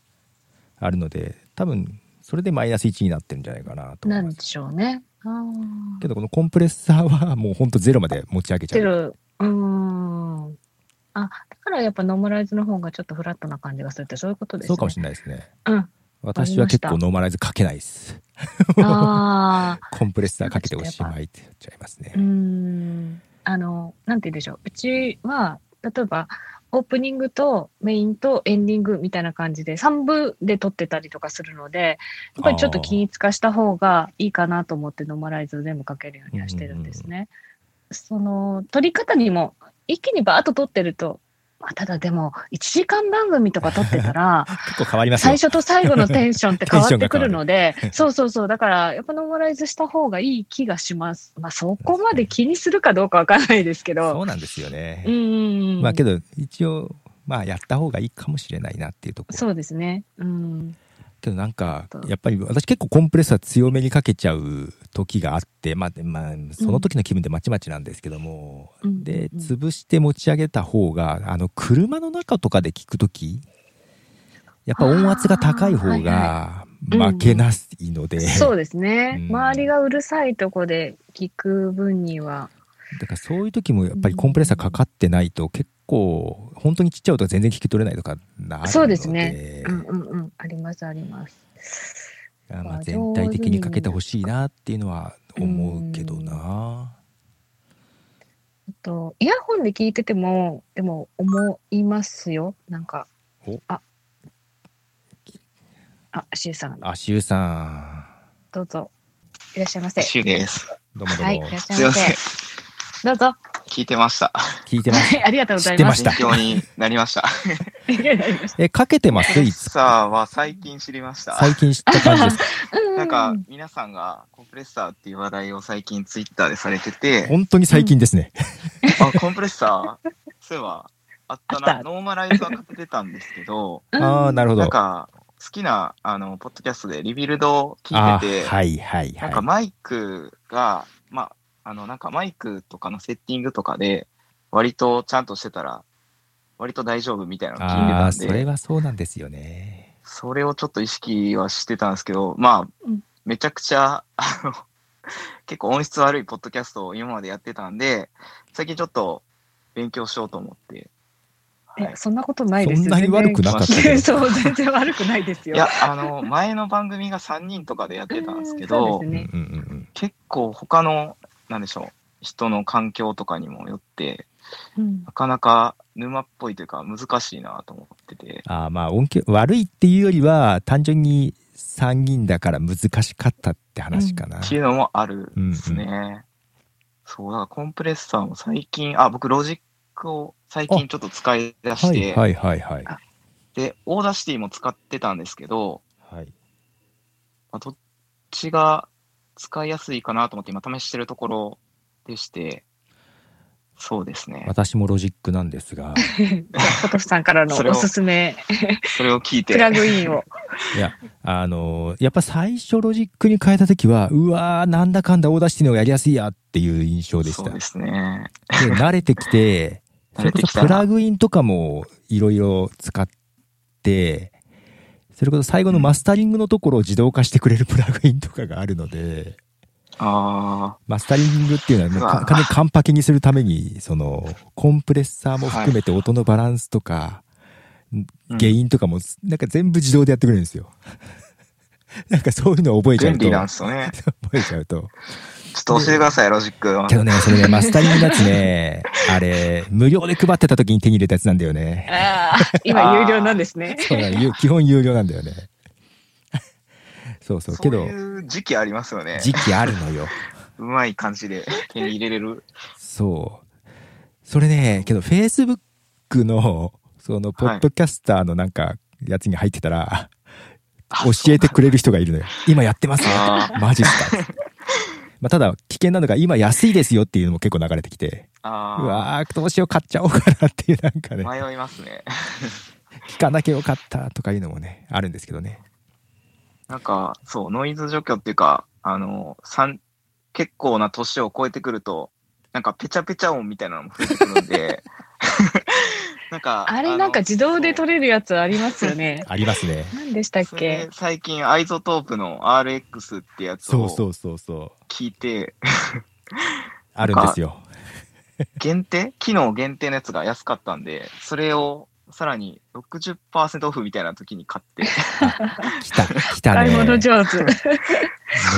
Speaker 2: あるので、多分それでマイナス1になってるんじゃないかなと思
Speaker 1: ないん
Speaker 2: ま
Speaker 1: ですしょうね。あー
Speaker 2: けどこのコンプレッサーはもう本当ゼロまで持ち上げちゃ
Speaker 1: て
Speaker 2: う
Speaker 1: る。うーん。あ、だからやっぱノーマライズの方がちょっとフラットな感じがするってそういうことですね。
Speaker 2: そうかもしれないですね
Speaker 1: うん。
Speaker 2: 私は結
Speaker 1: わかりま
Speaker 2: 構
Speaker 1: し
Speaker 2: ノーマライズかけないです
Speaker 1: ああ。
Speaker 2: コンプレッサーかけておしまいって言っちゃいますね
Speaker 1: うーんあの、なんて言うんでしょう。うちは、例えば、オープニングとメインとエンディングみたいな感じで3部で撮ってたりとかするので、やっぱりちょっと均一化した方がいいかなと思ってノーマライズを全部かけるようにはしてるんですね。その、撮り方にも、一気にバーッと撮ってると、まあ、ただでも、1時間番組とか撮ってたら、
Speaker 2: 結構変わります
Speaker 1: 最
Speaker 2: よ
Speaker 1: 初と最後のテンションって変わってくるので、 そうそうそう、だから、やっぱノーマライズした方がいい気がし ます。まあ、そこまで気にするかどうかわからないですけ
Speaker 2: そ
Speaker 1: ど。
Speaker 2: うなんですよね、
Speaker 1: うんうんうん。
Speaker 2: まあけど一応まあやった方がいいかもしれないなっていうところ
Speaker 1: そうですね。うん。
Speaker 2: けどなんか
Speaker 1: そう
Speaker 2: やっぱり私結構コンプレッサー強めにかけちゃう時があってまあ、でまあ、その時の気分でまちまちなんですけども、
Speaker 1: うん
Speaker 2: で
Speaker 1: うん
Speaker 2: 潰して持ち上げた方があの車の中とかで聞く時やっぱ音圧が高い方が
Speaker 1: いはい
Speaker 2: 負けなすいので、
Speaker 1: そうですね。
Speaker 2: うん
Speaker 1: 周りがうるさいとこで聞く分には。
Speaker 2: だからそういう時もやっぱりコンプレッサーかかってないと結構本当にちっちゃい音が全然聞き取れないとかなるので
Speaker 1: そうですねうんうんうん。ありますあります。
Speaker 2: あま
Speaker 1: ま
Speaker 2: あ
Speaker 1: あ
Speaker 2: 全体的にかけてほしいなっていうのは思うけどな。
Speaker 1: あと、イヤホンで聞いてても、でも思いますよ。なんか
Speaker 2: お。
Speaker 1: あ。あ、シエさん、
Speaker 2: あしゅうさ
Speaker 1: どうぞ。いらっしゃいませ。
Speaker 3: シュです。
Speaker 2: ん、どうもどうも、
Speaker 1: はい、いらっしゃ
Speaker 3: す
Speaker 1: い
Speaker 3: い
Speaker 1: ま
Speaker 3: ません
Speaker 1: せ。。どうぞ。
Speaker 3: 聞いてました。
Speaker 2: 聞いてます。
Speaker 1: はいありがとうございます。
Speaker 2: 知ってま
Speaker 3: 勉強になり ました。
Speaker 2: え、かけてますいつ
Speaker 3: さあは最近知りました。
Speaker 2: 最近知った感じですか
Speaker 3: な
Speaker 1: なん
Speaker 3: か皆さんがコンプレッサーっていう話題を最近ツイッターでされてて、
Speaker 2: 本当に最近ですね。
Speaker 3: あ、コンプレッサー、そういえばあった
Speaker 1: あっ
Speaker 3: な。
Speaker 1: た
Speaker 3: ノーマライズは買ってたんです けど、
Speaker 2: ああ、なるほど。
Speaker 3: なんか好きなあのポッドキャストでリビルドを聞
Speaker 2: あ
Speaker 3: いて
Speaker 2: ー
Speaker 3: て、
Speaker 2: はいはい
Speaker 3: なんか
Speaker 2: は。
Speaker 3: マイクが、まあ、あの、なんかマイクとかのセッティングとかで、割とちゃんとしてたら、割と大丈夫みたいないのを聞いてた
Speaker 2: あ
Speaker 3: ん
Speaker 2: あ、
Speaker 3: で、
Speaker 2: それはそうなんですよね。
Speaker 3: それをちょっと意識はしてたんですけど、まあ、
Speaker 1: うん
Speaker 3: めちゃくちゃ、 あの、結構音質悪いポッドキャストを今までやってたんで、最近ちょっと勉強しようと思って。はい
Speaker 1: え、そんなことないですよ。
Speaker 2: そんなに悪く
Speaker 3: なかったけ
Speaker 1: 全
Speaker 2: ど
Speaker 1: 然そう、全然悪くないです
Speaker 3: い
Speaker 1: よ。
Speaker 3: や、あの、前の番組が3人とかでやってたんですけ
Speaker 1: うん そう
Speaker 3: ど
Speaker 1: です
Speaker 2: うんう
Speaker 1: ね
Speaker 2: んうん
Speaker 3: 結構他の、なんでしょう、人の環境とかにもよって、
Speaker 1: うん
Speaker 3: なかなか沼っぽいというか難しいなと思ってて。
Speaker 2: ああ、まあ音響、悪いっていうよりは、単純に参議院だから難しかったって話かな。
Speaker 3: っていうのもあるんですね。
Speaker 2: う
Speaker 3: そう、だからコンプレッサーも最近、あ、僕ロジックを最近ちょっと使い出し
Speaker 2: は
Speaker 3: て、
Speaker 2: いはいはいはい。
Speaker 3: で、オーダーシティも使ってたんですけど、
Speaker 2: はい、
Speaker 3: まあどっちが使いやすいかなと思って今試してるところでして、そうですね。
Speaker 2: 私もロジックなんですが、
Speaker 1: ポトフさんからの
Speaker 3: それを
Speaker 1: おすすめ
Speaker 3: それを聞いて
Speaker 1: プ、ラグイ ンを。
Speaker 2: いや、あのーやっぱ最初ロジックに変えた時は、うわー、なんだかんだオーダーシティの方がやりやすいやっていう印象でし
Speaker 3: そう
Speaker 2: た
Speaker 3: で。すね。
Speaker 2: で慣れてきてそれこそプラグインとかもいろいろ使って、それこそ最後のマスタリングのところを自動化してくれるプラグインとかがあるので、
Speaker 3: あ
Speaker 2: マスタリングっていうのはもうか
Speaker 3: うわ
Speaker 2: 完全に完パケにするために、その、コンプレッサーも含めて音のバランスとか、
Speaker 3: あ。
Speaker 2: 原
Speaker 3: うん
Speaker 2: 因とかも、なんか全部自動でやってくれるんですよ。 なんかそういうのを覚えちゃ
Speaker 3: 便
Speaker 2: うと、
Speaker 3: 利なんで
Speaker 2: 覚
Speaker 3: すよね。
Speaker 2: えちゃうと。
Speaker 3: ちょっと教えてください、ロジック。
Speaker 2: けどね、それね、マスタリングのやつね、あれ、無料で配ってた時に手に入れたやつなんだよね。
Speaker 1: ああ、今有料なんですね。
Speaker 2: そうだね、ゆ基本有料なんだよね。 そうそう、
Speaker 3: そ
Speaker 2: け
Speaker 3: う
Speaker 2: ど、
Speaker 3: いう時期ありますよね。
Speaker 2: 時期あるのよ。
Speaker 3: うまい感じで手に入れれる。
Speaker 2: そう。それね、けど Facebook の、その、ポッドキャスターのなんか、やつに入ってたら、教えてくれる人がいるのよ。今やってますよ
Speaker 3: あ。
Speaker 2: マジっすか。まあ、ただ、危険なのが、今安いですよっていうのも結構流れてきて、う
Speaker 3: あ
Speaker 2: わー、どうしよう、買っちゃおうかなっていう、なんか
Speaker 3: あ、
Speaker 2: ね、
Speaker 3: 迷いますね。
Speaker 2: 聞かなきゃよかったとかいうのもね、あるんですけどね。
Speaker 3: なんか、そう、ノイズ除去っていうか、あの、さん結構な年を超えてくると、なんかペチャペチャ音みたいなのも増えてくる んで、なんか、
Speaker 1: あれなんか自動で取れるやつありますよね。
Speaker 2: ありますね。
Speaker 1: 何でしたっ
Speaker 3: それ
Speaker 1: け
Speaker 3: で最近、アイゾトープの RX ってやつ
Speaker 2: そ
Speaker 3: を
Speaker 2: うそうそうそう。
Speaker 3: 聞いて、
Speaker 2: あるんですよ。
Speaker 3: 限定機能限定のやつが安かったんで、それをさらに60%オフみたいな時に 買って、
Speaker 2: 来た、来た
Speaker 1: 買い
Speaker 2: ね。
Speaker 1: 物上 手。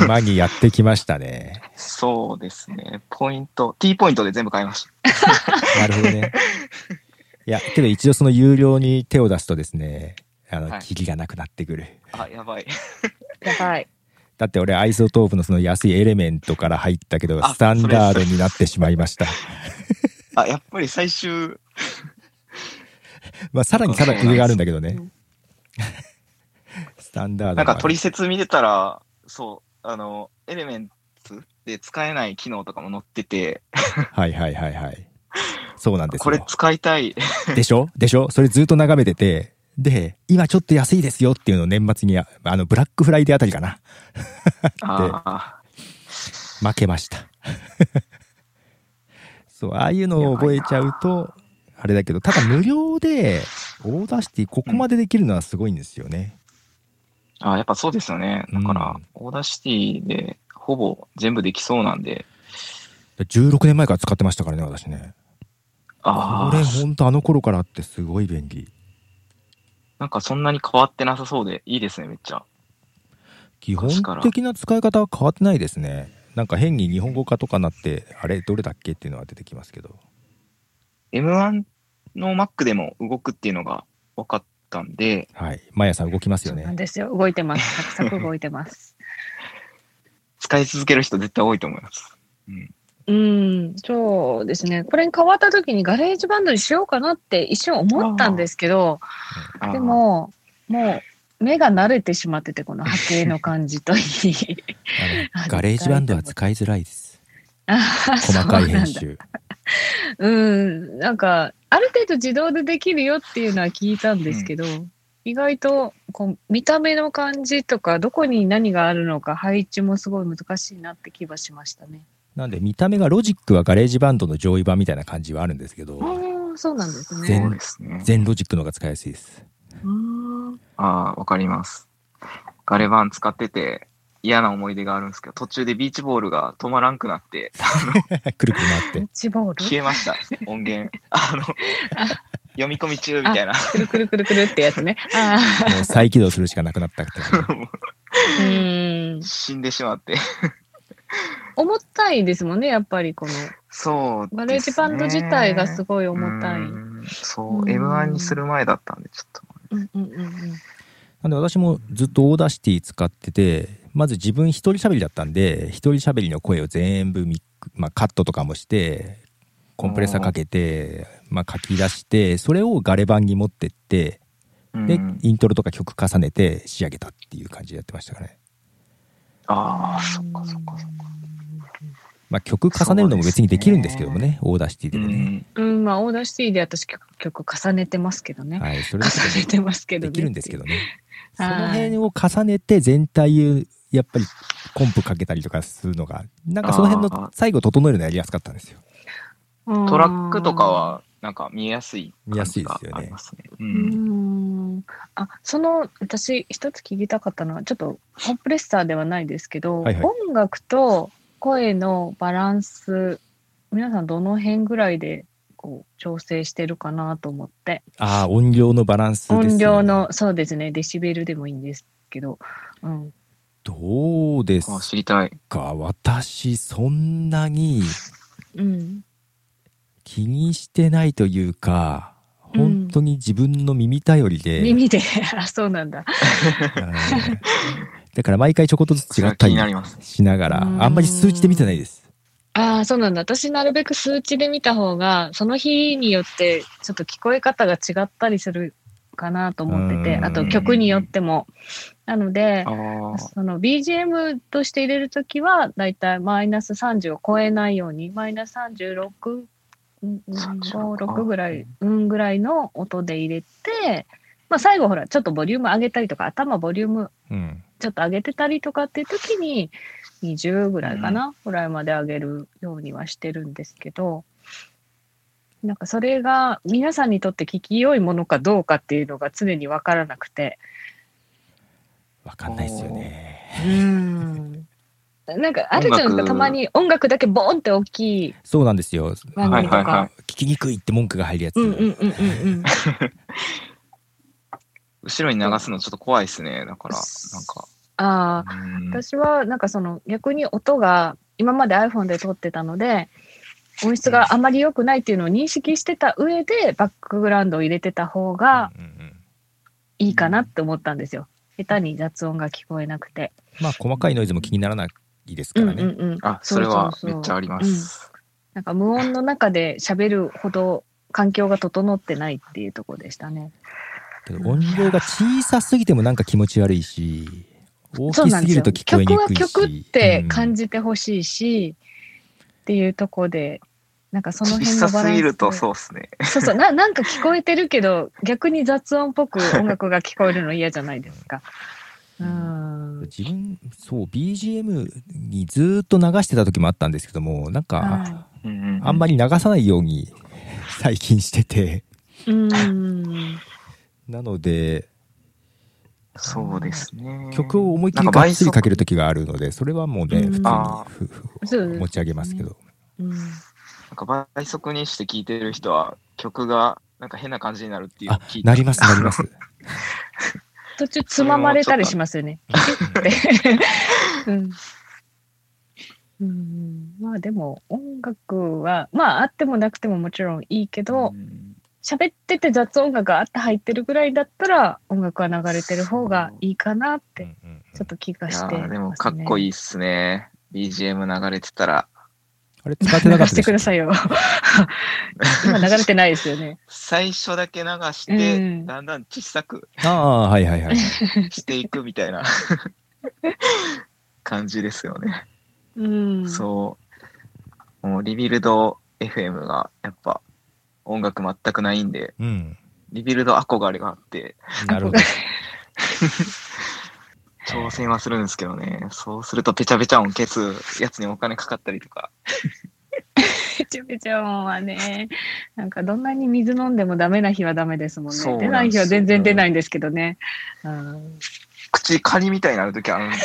Speaker 2: 沼にやってきましたね。
Speaker 3: そうですね、ポイント、T ポイントで全部買いました。
Speaker 2: なるほどね。いや、けど一度その有料に手を出すとですね、あ
Speaker 3: は
Speaker 2: の、
Speaker 3: い
Speaker 2: キリがなくなってくる。
Speaker 3: あ、やばい。
Speaker 1: やばい。
Speaker 2: だって俺、アイソトープのその安いエレメントから入ったけど、
Speaker 3: あ
Speaker 2: スタンダードになってしまいました。
Speaker 3: あ、やっぱり最終、
Speaker 2: まあ、さらにさらに上があるんだけど ね
Speaker 1: うん。
Speaker 2: スタンダード
Speaker 3: なんか
Speaker 2: 取
Speaker 3: 取
Speaker 2: り
Speaker 3: 説見てたら、そう、あの、エレメンツで使えない機能とかも載ってて、
Speaker 2: はいはいはいはい。そうなんです
Speaker 3: これ
Speaker 2: よ。
Speaker 3: 使いたい。
Speaker 2: でしょでしょそれずっと眺めてて、で、今ちょっと安いですよっていうのを年末に、ああの、ブラックフライデーあたりかな。
Speaker 3: あ
Speaker 2: 負けました。 そう、ああいうのを覚えちゃうと、あれだけど、ただ無料で、オーダーシティ、ここまでできるのはすごいんですよね。
Speaker 3: ーあー、やっぱそうですよね。だから、
Speaker 2: うん
Speaker 3: オーダーシティでほぼ全部できそうなんで、
Speaker 2: 16年前から使ってましたからね、私ね。
Speaker 3: あ
Speaker 2: これ、
Speaker 3: あ、
Speaker 2: ほんとあの頃からあってすごい便利。
Speaker 3: なんかそんなに変わってなさそうでいいですね、めっちゃ。
Speaker 2: 基本的な使い方は変わってないですね。なんか変に日本語化とかなって、あれ、どれだっけっていうのは出てきますけど。
Speaker 3: M1 の Mac でも動くっていうのが分かったんで、
Speaker 2: はい。毎朝動きます
Speaker 1: そ
Speaker 2: よ
Speaker 1: うなん
Speaker 2: ね。
Speaker 1: ですよ。動いてます。サクサク動いてます。
Speaker 3: 使い続ける人絶対多いと思います。
Speaker 1: うん、そうですね。これに変わった時にガレージバンドにしようかなって一瞬思ったんですけど、
Speaker 3: あー
Speaker 1: で、も、もう目が慣れてしまってて、この波形の感じといい。
Speaker 2: あの ガレージバンドは使いづらいです。
Speaker 1: 細
Speaker 2: 細かい編集。
Speaker 1: うん、なんか、ある程度自動でできるよっていうのは聞いたんですけど、意外とこう見た目の感じとか、どこに何があるのか、配置もすごい難しいなって気はしましたね。
Speaker 2: なんで見た目がロジックはガレージバンドの上位版みたいな感じはあるんですけど、
Speaker 1: ああ、そうなんですね。
Speaker 2: 全
Speaker 3: そうですね。
Speaker 2: 全ロジックの方が使いやすいです。
Speaker 1: うん
Speaker 3: ああ、わかります。ガレバン使ってて嫌な思い出があるんですけど、途中でビーチボールが止まらんくなって、
Speaker 2: くるくる
Speaker 1: ド
Speaker 2: 回っ
Speaker 1: ッジボール
Speaker 3: 消えました、音源。あの、読み込み中みたいな。
Speaker 1: くるくるくるくるってやつ ね。ああ、
Speaker 2: て、もう再起動するしかなくなったって感じ。
Speaker 1: うん。
Speaker 3: 死んでしまって。
Speaker 1: 重たいですもんね、やっぱりこの。
Speaker 3: そうですね。
Speaker 1: ガレージバンド自体がすごい重たい。
Speaker 3: う
Speaker 1: うん
Speaker 3: んそうう、
Speaker 1: ん
Speaker 3: M1 にする前だったんで、ちょっと。
Speaker 1: うんうんうん。
Speaker 2: なんで私もずっとオーダーシティ使ってて、まず自分一人喋りだったんで、一人喋りの声を全部ミックまあ、カットとかもして、コンプレッサーかけて、まあ、書き出して、それをガレ版に持ってって、
Speaker 3: うん
Speaker 2: で、イントロとか曲重ねて仕上げたっていう感じでやってましたからね。
Speaker 3: ああ、そっかそっかそっか。
Speaker 2: まあ、曲重ねるのも別にできるんですけどもね、オーダーシティ
Speaker 3: う
Speaker 2: でもね。
Speaker 3: ん、
Speaker 1: うん、まあ、オーダーシティで私曲曲重ねてますけどね。
Speaker 2: はい、それだけで
Speaker 1: 重ねてますけど
Speaker 2: で
Speaker 1: ね。
Speaker 2: きるんですけどね。そ
Speaker 1: はい
Speaker 2: の辺を重ねて全体やっぱりコンプかけたりとかするのがなんかその辺
Speaker 3: あ
Speaker 2: の
Speaker 3: ー
Speaker 2: 最後整えるのやりやすかったんですよ。
Speaker 1: うん。
Speaker 3: トラックとかはなんか見えやすい
Speaker 2: 見やすいですよね
Speaker 3: 感じがありますね。う。
Speaker 1: うんんあその私一つ聞きたかったのはちょっとコンプレッサーではないですけど、
Speaker 2: はいはい
Speaker 1: 音楽と声のバランス皆さんどの辺ぐらいでこう調整してるかなと思って、
Speaker 2: ああ、音量のバランスです、ね。
Speaker 1: 音量の。そうですねデシベルでもいいんですけど、うん、
Speaker 2: どうです
Speaker 3: あ知りたい。
Speaker 2: か私、そんなに
Speaker 1: うん、
Speaker 2: 気にしてないというか、
Speaker 1: うん
Speaker 2: 本当に自分の耳頼りで。
Speaker 1: 耳で あそうなんだ
Speaker 2: はいだから毎回ちょこっとずつ違っ
Speaker 3: 気
Speaker 2: た
Speaker 3: に
Speaker 2: り
Speaker 3: なります。
Speaker 2: しながら、あんまり数値で見てないです。
Speaker 1: ああそうなんだ私なるべく数値で見た方がその日によってちょっと聞こえ方が違ったりするかなと思ってて
Speaker 2: うん
Speaker 1: あと曲によってもなので
Speaker 3: ああ。
Speaker 1: その BGM として入れるときはだいたいマイナス30を超えないようにマイナス36うんうん
Speaker 3: 36
Speaker 1: 56ぐらいうんぐらいの音で入れて、まあ、最後ほらちょっとボリューム上げたりとか頭ボリューム
Speaker 2: うん。
Speaker 1: ちょっと上げてたりとかっていう時に20ぐらいかな、ぐらいまで上げるようにはしてるんですけどなんかそれが皆さんにとって聞き良いものかどうかっていうのが常に分からなくて
Speaker 2: わかんないですよね。
Speaker 1: うんなんかあるじゃないです
Speaker 3: 音
Speaker 1: か
Speaker 3: 楽
Speaker 1: たまに音楽だけボーンって大きい
Speaker 2: そうなんですよ。
Speaker 1: 番組とか、
Speaker 3: はいはいはい
Speaker 2: 聞きにくいって文句が入るやつ。
Speaker 1: うんうんうんうんうん
Speaker 3: 後ろに流すのちょっと怖いですね。だから、なんか。
Speaker 1: ああ
Speaker 3: うん
Speaker 1: 私はなんかその逆に音が今まで iPhone で撮ってたので音質があまり良くないっていうのを認識してた上でバックグラウンドを入れてた方が
Speaker 2: うんうん
Speaker 1: いいかなって思ったんですよ下手に雑音が聞こえなくて、
Speaker 2: まあ、細かいノイズも気にならないですか
Speaker 1: うん
Speaker 2: ら
Speaker 1: うん
Speaker 2: ね。
Speaker 1: うん、
Speaker 3: あ、それはめっちゃありま
Speaker 1: そう
Speaker 3: す。
Speaker 1: なんか無音の中で喋るほど環境が整ってないっていうところでしたね
Speaker 2: けど音量が小さすぎてもなんか気持ち悪いし、大
Speaker 1: そう
Speaker 2: き
Speaker 1: なんで
Speaker 2: す
Speaker 1: す
Speaker 2: ぎる
Speaker 1: よ
Speaker 2: と聞こえに
Speaker 1: 曲は
Speaker 2: くいし。
Speaker 1: 曲って感
Speaker 2: じ、
Speaker 1: じてほしいし、っていうところでなんかその
Speaker 3: 小
Speaker 1: 辺
Speaker 3: さ
Speaker 1: のバ
Speaker 3: す
Speaker 1: ランス
Speaker 3: ぎるとそうですね。
Speaker 1: そうそうな、なんか聞こえてるけど、逆に雑音っぽく音楽が聞こえるの嫌じゃないですか。うーん。
Speaker 2: 自分、そう、BGM にずーっと流してた時もあったんですけども、なんか、
Speaker 1: は
Speaker 3: うん
Speaker 2: あんまり流さないように 最近してて。
Speaker 1: い、うーん。
Speaker 2: なので、
Speaker 3: そうですね。
Speaker 2: 曲を思いっきり
Speaker 3: なん
Speaker 2: が
Speaker 3: 倍
Speaker 2: っつり
Speaker 3: 速
Speaker 2: かける時があるので、それはもうね、
Speaker 1: うん
Speaker 2: 普
Speaker 3: あ
Speaker 2: 通に持ち上げますけど。
Speaker 1: うん、
Speaker 3: なんか倍速にして聴いてる人は曲がなんか変な感じになるっていう
Speaker 2: あ
Speaker 3: のを聞い、て
Speaker 2: なります、なり ます。
Speaker 1: 途中つままれたりしますよね。 うん。うん、まあでも音楽はまああってもなくてももちろんいいけど
Speaker 3: うん
Speaker 1: 喋、ってて雑音楽があって入ってるぐらいだったら音楽は流れてる方がいいかなって
Speaker 2: うんうんうん
Speaker 1: ちょっと気が
Speaker 3: い
Speaker 1: し
Speaker 3: や
Speaker 1: てます、
Speaker 3: ー
Speaker 1: ね。
Speaker 3: でもかっこいいっすね。BGM 流れてたら、
Speaker 2: あれ使ってなか
Speaker 1: 流
Speaker 2: っ
Speaker 1: したて
Speaker 2: で
Speaker 1: くだ
Speaker 2: す
Speaker 1: さいよ。 今流れてないですよね。
Speaker 3: 最初だけ流し
Speaker 1: う
Speaker 3: て、
Speaker 1: ん
Speaker 3: だんだん小さく
Speaker 2: ああ、はいは いはい。
Speaker 3: していくみたいな 感じですよね。
Speaker 1: うん。
Speaker 3: そう。もうリビルド FM がやっぱ音楽全くないんで、
Speaker 2: うん。
Speaker 3: リビルド憧れがあって、
Speaker 2: なるほど。
Speaker 3: 挑戦はするんですけどね、そうするとペチャペチャ音消すやつにお金かかったりとか、
Speaker 1: ペチョペチョ音はね、なんかどんなに水飲んでもダメな日はダメですもん
Speaker 3: そう
Speaker 1: ね。出
Speaker 3: なんですよ
Speaker 1: ない日は全然出ないんですけどね。うん。
Speaker 3: 口カニみたいになるときあ るんで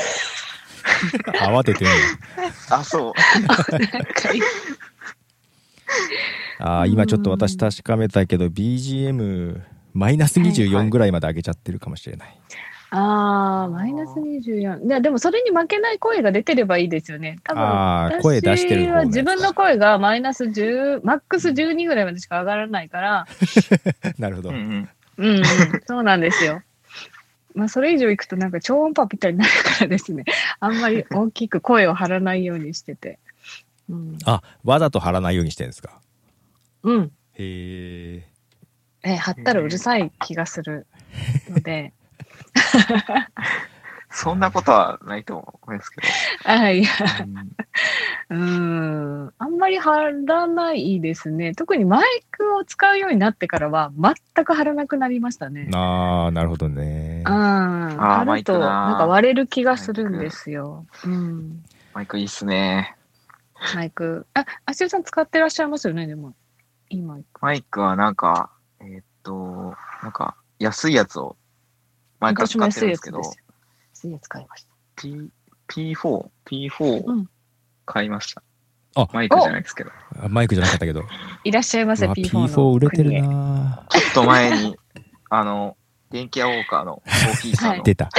Speaker 2: 慌ててる。
Speaker 3: あ、そう。
Speaker 1: なんか
Speaker 2: ああ、今ちょっと私確かめたけど、BGM、マイナス24ぐらいまで上げちゃってるかもしれない。
Speaker 1: ああ、マイナス24。いや、でもそれに負けない声が出てればいいですよね。多分
Speaker 2: あー声出して
Speaker 1: 私
Speaker 2: る方のや
Speaker 1: は
Speaker 2: つ
Speaker 1: 自分の声がマイナス10、マックス12ぐらいまでしか上がらないから、
Speaker 2: なるほど
Speaker 3: うん。う
Speaker 1: う
Speaker 3: ん。
Speaker 1: ん、うん、そうなんですよ。まあそれ以上いくとなんか超音波みたいになるからですね。あんまり大きく声を張らないようにしてて。うん。
Speaker 2: あ、わざと貼らないようにしてるんですか。
Speaker 1: うん、
Speaker 2: へえ。
Speaker 1: え張ったらうるさい気がするの で。
Speaker 3: そんなことはないと思うんですけど。
Speaker 1: あいや、
Speaker 3: うん
Speaker 1: うん。あんまり張らないですね。特にマイクを使うようになってからは全く張らなくなりましたね。
Speaker 2: ああ、なるほどね
Speaker 1: うん。。
Speaker 3: あー
Speaker 1: 張
Speaker 3: マ
Speaker 1: る
Speaker 3: イク
Speaker 1: と
Speaker 3: な
Speaker 1: なんか割れる気がするんですよ。うん。
Speaker 3: マイクいいっすね。
Speaker 1: マイク。あ、足尾さん使ってらっしゃいますよね、でも。今いく。
Speaker 3: マイクはなんか、えーっと、なんか、安いやつを、前から使ってるんですけど、
Speaker 1: 私も安いやつ買いました。
Speaker 3: P、P4、P4
Speaker 1: う
Speaker 3: を
Speaker 1: ん
Speaker 3: 買いました。
Speaker 2: あ
Speaker 3: マイクじゃないですけど。
Speaker 2: あマイクじゃなかったけど。
Speaker 1: いらっしゃいませ、
Speaker 2: うわ
Speaker 1: P4 の。
Speaker 2: P4 売れてる。な
Speaker 3: ちょっと前に、 あの、電気屋ウォーカーのコーヒーさんの、
Speaker 2: 出た。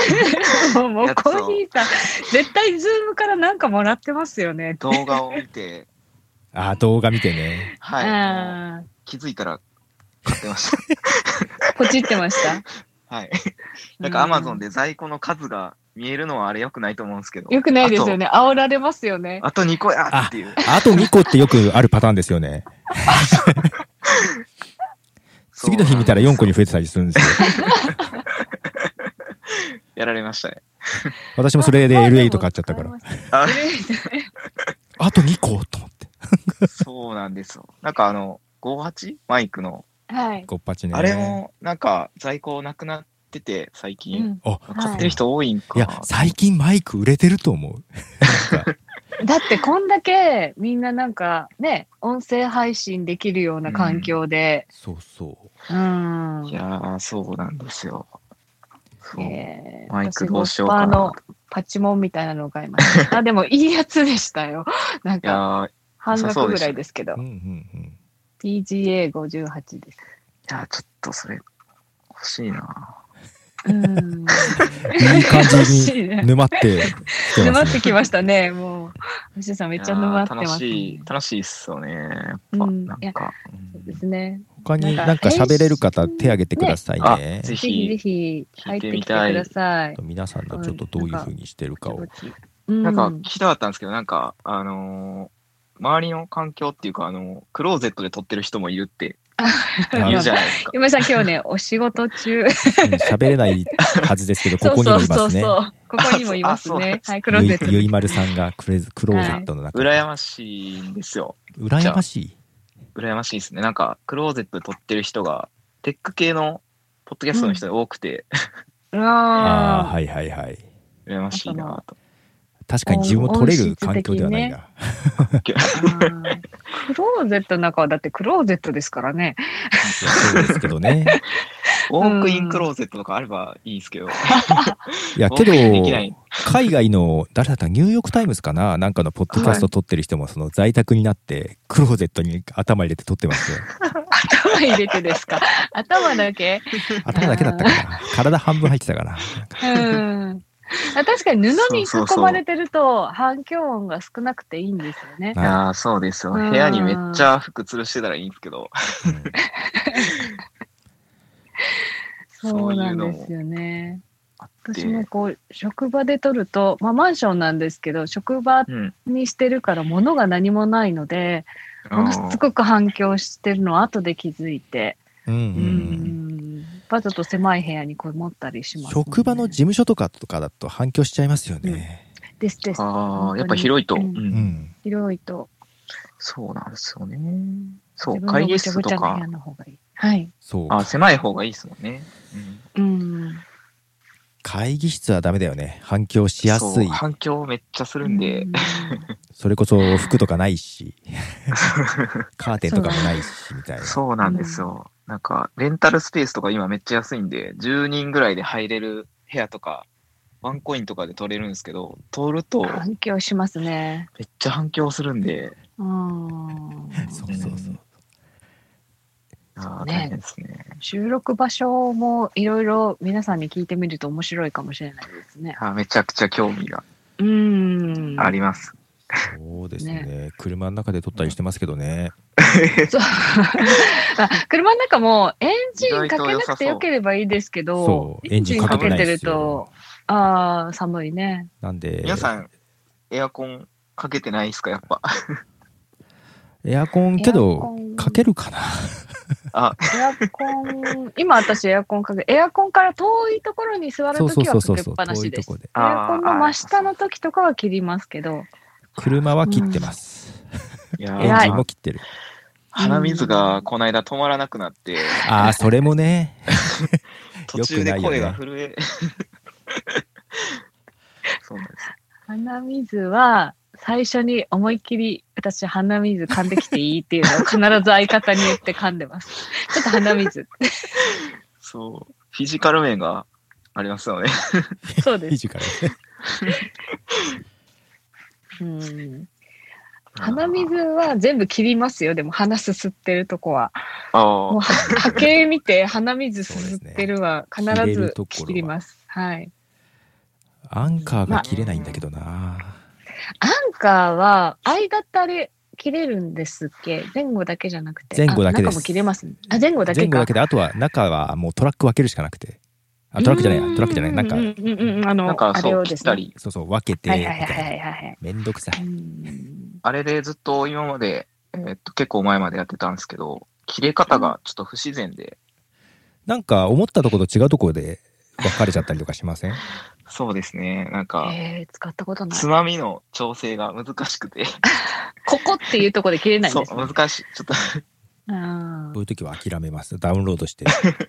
Speaker 1: もう
Speaker 3: やつを
Speaker 1: コーヒーさん、絶対ズームからなんかもらってますよね。
Speaker 3: 動画を見て、
Speaker 2: あ、動画見てね。
Speaker 3: はい、もう
Speaker 1: あ
Speaker 3: 気づいたら買ってました。
Speaker 1: あ、ポチってました。
Speaker 3: はい。なんかアマゾンで在庫の数が見えるのはあれ良くないと思うんですけど。
Speaker 1: よくないですよね。煽られますよね
Speaker 3: あ。と。あと2個やっていう。
Speaker 2: あと2個ってよくあるパターンですよね。
Speaker 3: そう
Speaker 2: 次の日見たら4個に増えてたりするんですよ。
Speaker 3: やられましたね。
Speaker 2: 私もそれで LA と買っちゃったから。
Speaker 3: あ
Speaker 1: あれ
Speaker 2: あと2個と思って。
Speaker 3: そうなんですよ。なんかあの、58? マイクの。
Speaker 1: はい。
Speaker 2: ごっぱちね。
Speaker 3: あれ。も、なんか在庫なくなってて、最
Speaker 1: う
Speaker 3: 近。
Speaker 1: ん、
Speaker 2: あ、
Speaker 3: 買ってる人多いん
Speaker 2: い
Speaker 3: か。
Speaker 2: や、最近マイク売れてると思う。
Speaker 1: だってこんだけみんななんかね音声配信できるような環境で、
Speaker 2: そうそ
Speaker 1: う
Speaker 2: う。
Speaker 1: ん
Speaker 3: いやー、そうなんですよ。そう。
Speaker 1: えー
Speaker 3: マイク
Speaker 1: 私
Speaker 3: どうしようかな
Speaker 1: モスバーのパチモンみたいなのを買いました。あ、でもいいやつでしたよ。 なん
Speaker 3: いや
Speaker 1: か
Speaker 3: ー、い
Speaker 1: 半額ぐらいですけど
Speaker 2: うんう。んうん。
Speaker 1: PGA58 です。
Speaker 3: やーちょっとそれ、欲しいな
Speaker 1: うーん。
Speaker 2: いい感じ
Speaker 1: に。
Speaker 2: に沼ってきて
Speaker 1: 沼
Speaker 2: ま
Speaker 1: っ
Speaker 2: す
Speaker 1: て
Speaker 2: ね。
Speaker 1: きましたね。もう、星さんめ
Speaker 3: め
Speaker 1: っちゃ沼ってます、
Speaker 3: 楽
Speaker 1: ね。
Speaker 3: しい、楽しいっすよね。やっぱ、
Speaker 1: うん
Speaker 3: なん
Speaker 1: いや
Speaker 3: か。
Speaker 1: そう
Speaker 3: う
Speaker 1: で
Speaker 3: ん
Speaker 1: すね。
Speaker 2: 他になんか喋れる方手挙げてください
Speaker 3: あ
Speaker 2: ね。、
Speaker 3: ぜ
Speaker 1: ぜひぜ
Speaker 3: ひ。
Speaker 1: ひ入ってきてください。
Speaker 2: 皆さんがちょっとどういう風にしてるかを。
Speaker 1: うん、
Speaker 3: なんか
Speaker 1: う
Speaker 3: 聞きたかったんですけど、なんか、あのー周りの環境っていうか、あのークローゼットで撮ってる人もいるって言うじゃないですか。
Speaker 1: 今さん今日ね、お仕事中。
Speaker 2: うん喋れないはずですけ ど、ここにもいますね。
Speaker 1: う。ここにもいます
Speaker 3: あそう
Speaker 1: ね。はい、クロ
Speaker 2: ゆ
Speaker 1: ー
Speaker 2: い
Speaker 1: ゼット
Speaker 2: ゆ
Speaker 1: に。
Speaker 2: いまるさんがクレズクローゼットの中。
Speaker 3: 羨ましいんですよ。
Speaker 2: 羨ましい。
Speaker 3: 羨ましいですね。なんか、クローゼットで撮ってる人が、テック系のポッドキャストの人が多くて、
Speaker 1: う
Speaker 2: ああ
Speaker 1: わ
Speaker 2: ー、
Speaker 1: ー
Speaker 2: はいはいはい。
Speaker 3: 羨ましいなと。
Speaker 2: 確かに自分を取れる環境ではないな。
Speaker 1: うんクローゼットの中はだってクローゼットですからね。
Speaker 2: そうですけどね。
Speaker 3: ウォークインクローゼットとかあればいいですけど、
Speaker 2: いや、けど
Speaker 3: ウォークインできない。
Speaker 2: 海外の誰だったかニューヨーク・タイムズかななんかのポッドキャスト撮ってる人もその在宅になってクローゼットに頭入れて撮って ますよ
Speaker 1: 頭 入れてですか。頭だけ。
Speaker 2: 頭だけだったかな体半分入ってたかな
Speaker 1: うん。あ確かに布に
Speaker 3: そうそうそ
Speaker 1: 囲
Speaker 3: う
Speaker 1: まれてると反響音が少なくていいんですよね。
Speaker 3: いやーそうですよ。
Speaker 1: うん
Speaker 3: 部屋にめっちゃ服吊るしてたらいいんですけど、
Speaker 2: うん
Speaker 1: そうなん
Speaker 3: そういうの
Speaker 1: で
Speaker 3: も
Speaker 1: すよね。
Speaker 3: あっ
Speaker 1: 私
Speaker 3: て。
Speaker 1: もこう職場で撮ると、まあ、マンションなんですけど職場
Speaker 3: うん。
Speaker 1: にしてるから物が何もないのでものすごく反響してるのを後で気づいて
Speaker 2: うんう
Speaker 1: うんんわざと狭い部屋にこもったりし
Speaker 2: うん
Speaker 1: ますもんね、
Speaker 2: 職場の事務所とかとかだと反響しちゃいますよね、
Speaker 1: ですです
Speaker 3: ああ、やっぱ広いと。
Speaker 1: う
Speaker 3: うん
Speaker 2: うん
Speaker 3: ん。
Speaker 1: 広いと
Speaker 3: そうなんですよね。そう、
Speaker 1: 自分
Speaker 3: 会
Speaker 1: の
Speaker 3: 議
Speaker 1: ぐちゃ
Speaker 3: 室
Speaker 1: ぐ
Speaker 3: と
Speaker 1: ちゃの部
Speaker 3: か
Speaker 1: 屋、の方がいいはい
Speaker 2: そう
Speaker 3: あ狭い方がいいですもんね。うん、
Speaker 1: うん
Speaker 2: 会議室はダメだよね反響しやす
Speaker 3: そう
Speaker 2: い
Speaker 3: 反響めっちゃするんで、
Speaker 1: うん
Speaker 2: それこそ服とかない しカーテンとかもないしみたいな
Speaker 3: そうなんですよ。なんか、レンタルスペースとか今めっちゃ安いんで、10人ぐらいで入れる部屋とか、ワンコインとかで取れるんですけど、取るとめ
Speaker 1: 反響しますね
Speaker 3: っちゃ反響するんで、
Speaker 1: うん
Speaker 2: そうそうそう
Speaker 3: あー
Speaker 1: ね
Speaker 3: 大変ですね。
Speaker 1: 収録場所もいろいろ皆さんに聞いてみると面白いかもしれないですね。
Speaker 3: あーめちゃくちゃ興味が
Speaker 1: うん。
Speaker 3: あります。
Speaker 2: そうですね車の中で撮ったりしてますけどね
Speaker 1: そうあ車の中もエンジンかけなくてよければいいですけど
Speaker 2: そ、うエンジン
Speaker 3: かけてない
Speaker 1: て
Speaker 2: で
Speaker 1: る
Speaker 2: すよ
Speaker 1: と、ああ、寒いね。
Speaker 2: なんで
Speaker 3: 皆さん、エアコンかけてないですか、やっ ぱ。
Speaker 2: エアコンけどかけるかな
Speaker 3: あ、
Speaker 1: エアコン、今私エアコンかけ、エアコンから遠いところに座る
Speaker 2: そう
Speaker 1: と
Speaker 2: そう
Speaker 1: き
Speaker 2: そう
Speaker 1: はか
Speaker 2: そう
Speaker 1: けっぱな
Speaker 2: 遠
Speaker 1: し
Speaker 2: い
Speaker 1: で
Speaker 2: と
Speaker 1: す。
Speaker 2: こで
Speaker 1: エアコンの真下の
Speaker 3: と
Speaker 1: 時とかは切りますけど、
Speaker 2: 車は切ってます、
Speaker 3: いや
Speaker 2: エン
Speaker 1: 偉
Speaker 2: ジ
Speaker 1: い
Speaker 2: ンも
Speaker 3: ー
Speaker 2: 切ってる
Speaker 3: 鼻水がこの間止まらなく なって、
Speaker 2: ああそれもね
Speaker 3: 途中で声が震 え。そうなんです。
Speaker 1: 鼻水は、最初に思いっきり私鼻水噛んできていいっていうのを必ず相方に言って噛んで ます。ちょっと鼻水。
Speaker 3: そう。フィジカル面がありますよね。
Speaker 1: そう
Speaker 2: フ
Speaker 1: で
Speaker 2: ィ
Speaker 1: す。
Speaker 2: ジカル。
Speaker 1: うん。鼻水は全部切りますよ。でも鼻すすってるとこは。
Speaker 3: あ
Speaker 1: もう
Speaker 3: あ。
Speaker 1: は波形見て鼻水すすってるは必
Speaker 2: そうですね切れる
Speaker 1: ず
Speaker 2: ところは
Speaker 1: 切ります。はい。
Speaker 2: アンカーが切れないんだけどな。
Speaker 1: アンカーは間ってあれ切れるんですっけ前後だけじゃなくて。
Speaker 2: 前後だけです
Speaker 1: あ中も切れます、ね。あ、前後だけ
Speaker 2: 前
Speaker 1: か。
Speaker 2: 後だけで、あとは中はもうトラック分けるしかなくて。あ、トラックじゃないや、トラックじゃない。なんか
Speaker 1: う、んうんうんうん、あの、
Speaker 3: なんか
Speaker 1: あれ
Speaker 3: そ
Speaker 1: を
Speaker 3: う、
Speaker 1: で
Speaker 3: 切っ
Speaker 1: す
Speaker 3: た
Speaker 1: ね。
Speaker 3: り、
Speaker 2: そうそう、分けて、
Speaker 1: は
Speaker 2: み
Speaker 1: いはいはい
Speaker 2: た
Speaker 1: はいいはい。
Speaker 2: な。めんどくさ
Speaker 1: う
Speaker 2: い。
Speaker 1: ん
Speaker 3: あれでずっと今まで、えーっと、結構前までやってたんですけど、切れ方がちょっと不自然で、
Speaker 2: なんか、思ったところと違うところで分かれちゃったりとかしま せん
Speaker 3: そうですね。なんか、
Speaker 1: えー、使ったことない
Speaker 3: つ。まみの調整が難しくて、
Speaker 1: ここっていうところで切れないん
Speaker 3: そ
Speaker 1: ですね、
Speaker 3: う、難しい。ちょっと、
Speaker 1: あ
Speaker 2: こ
Speaker 1: ー
Speaker 2: ういう時は諦めます。ダウンロードして。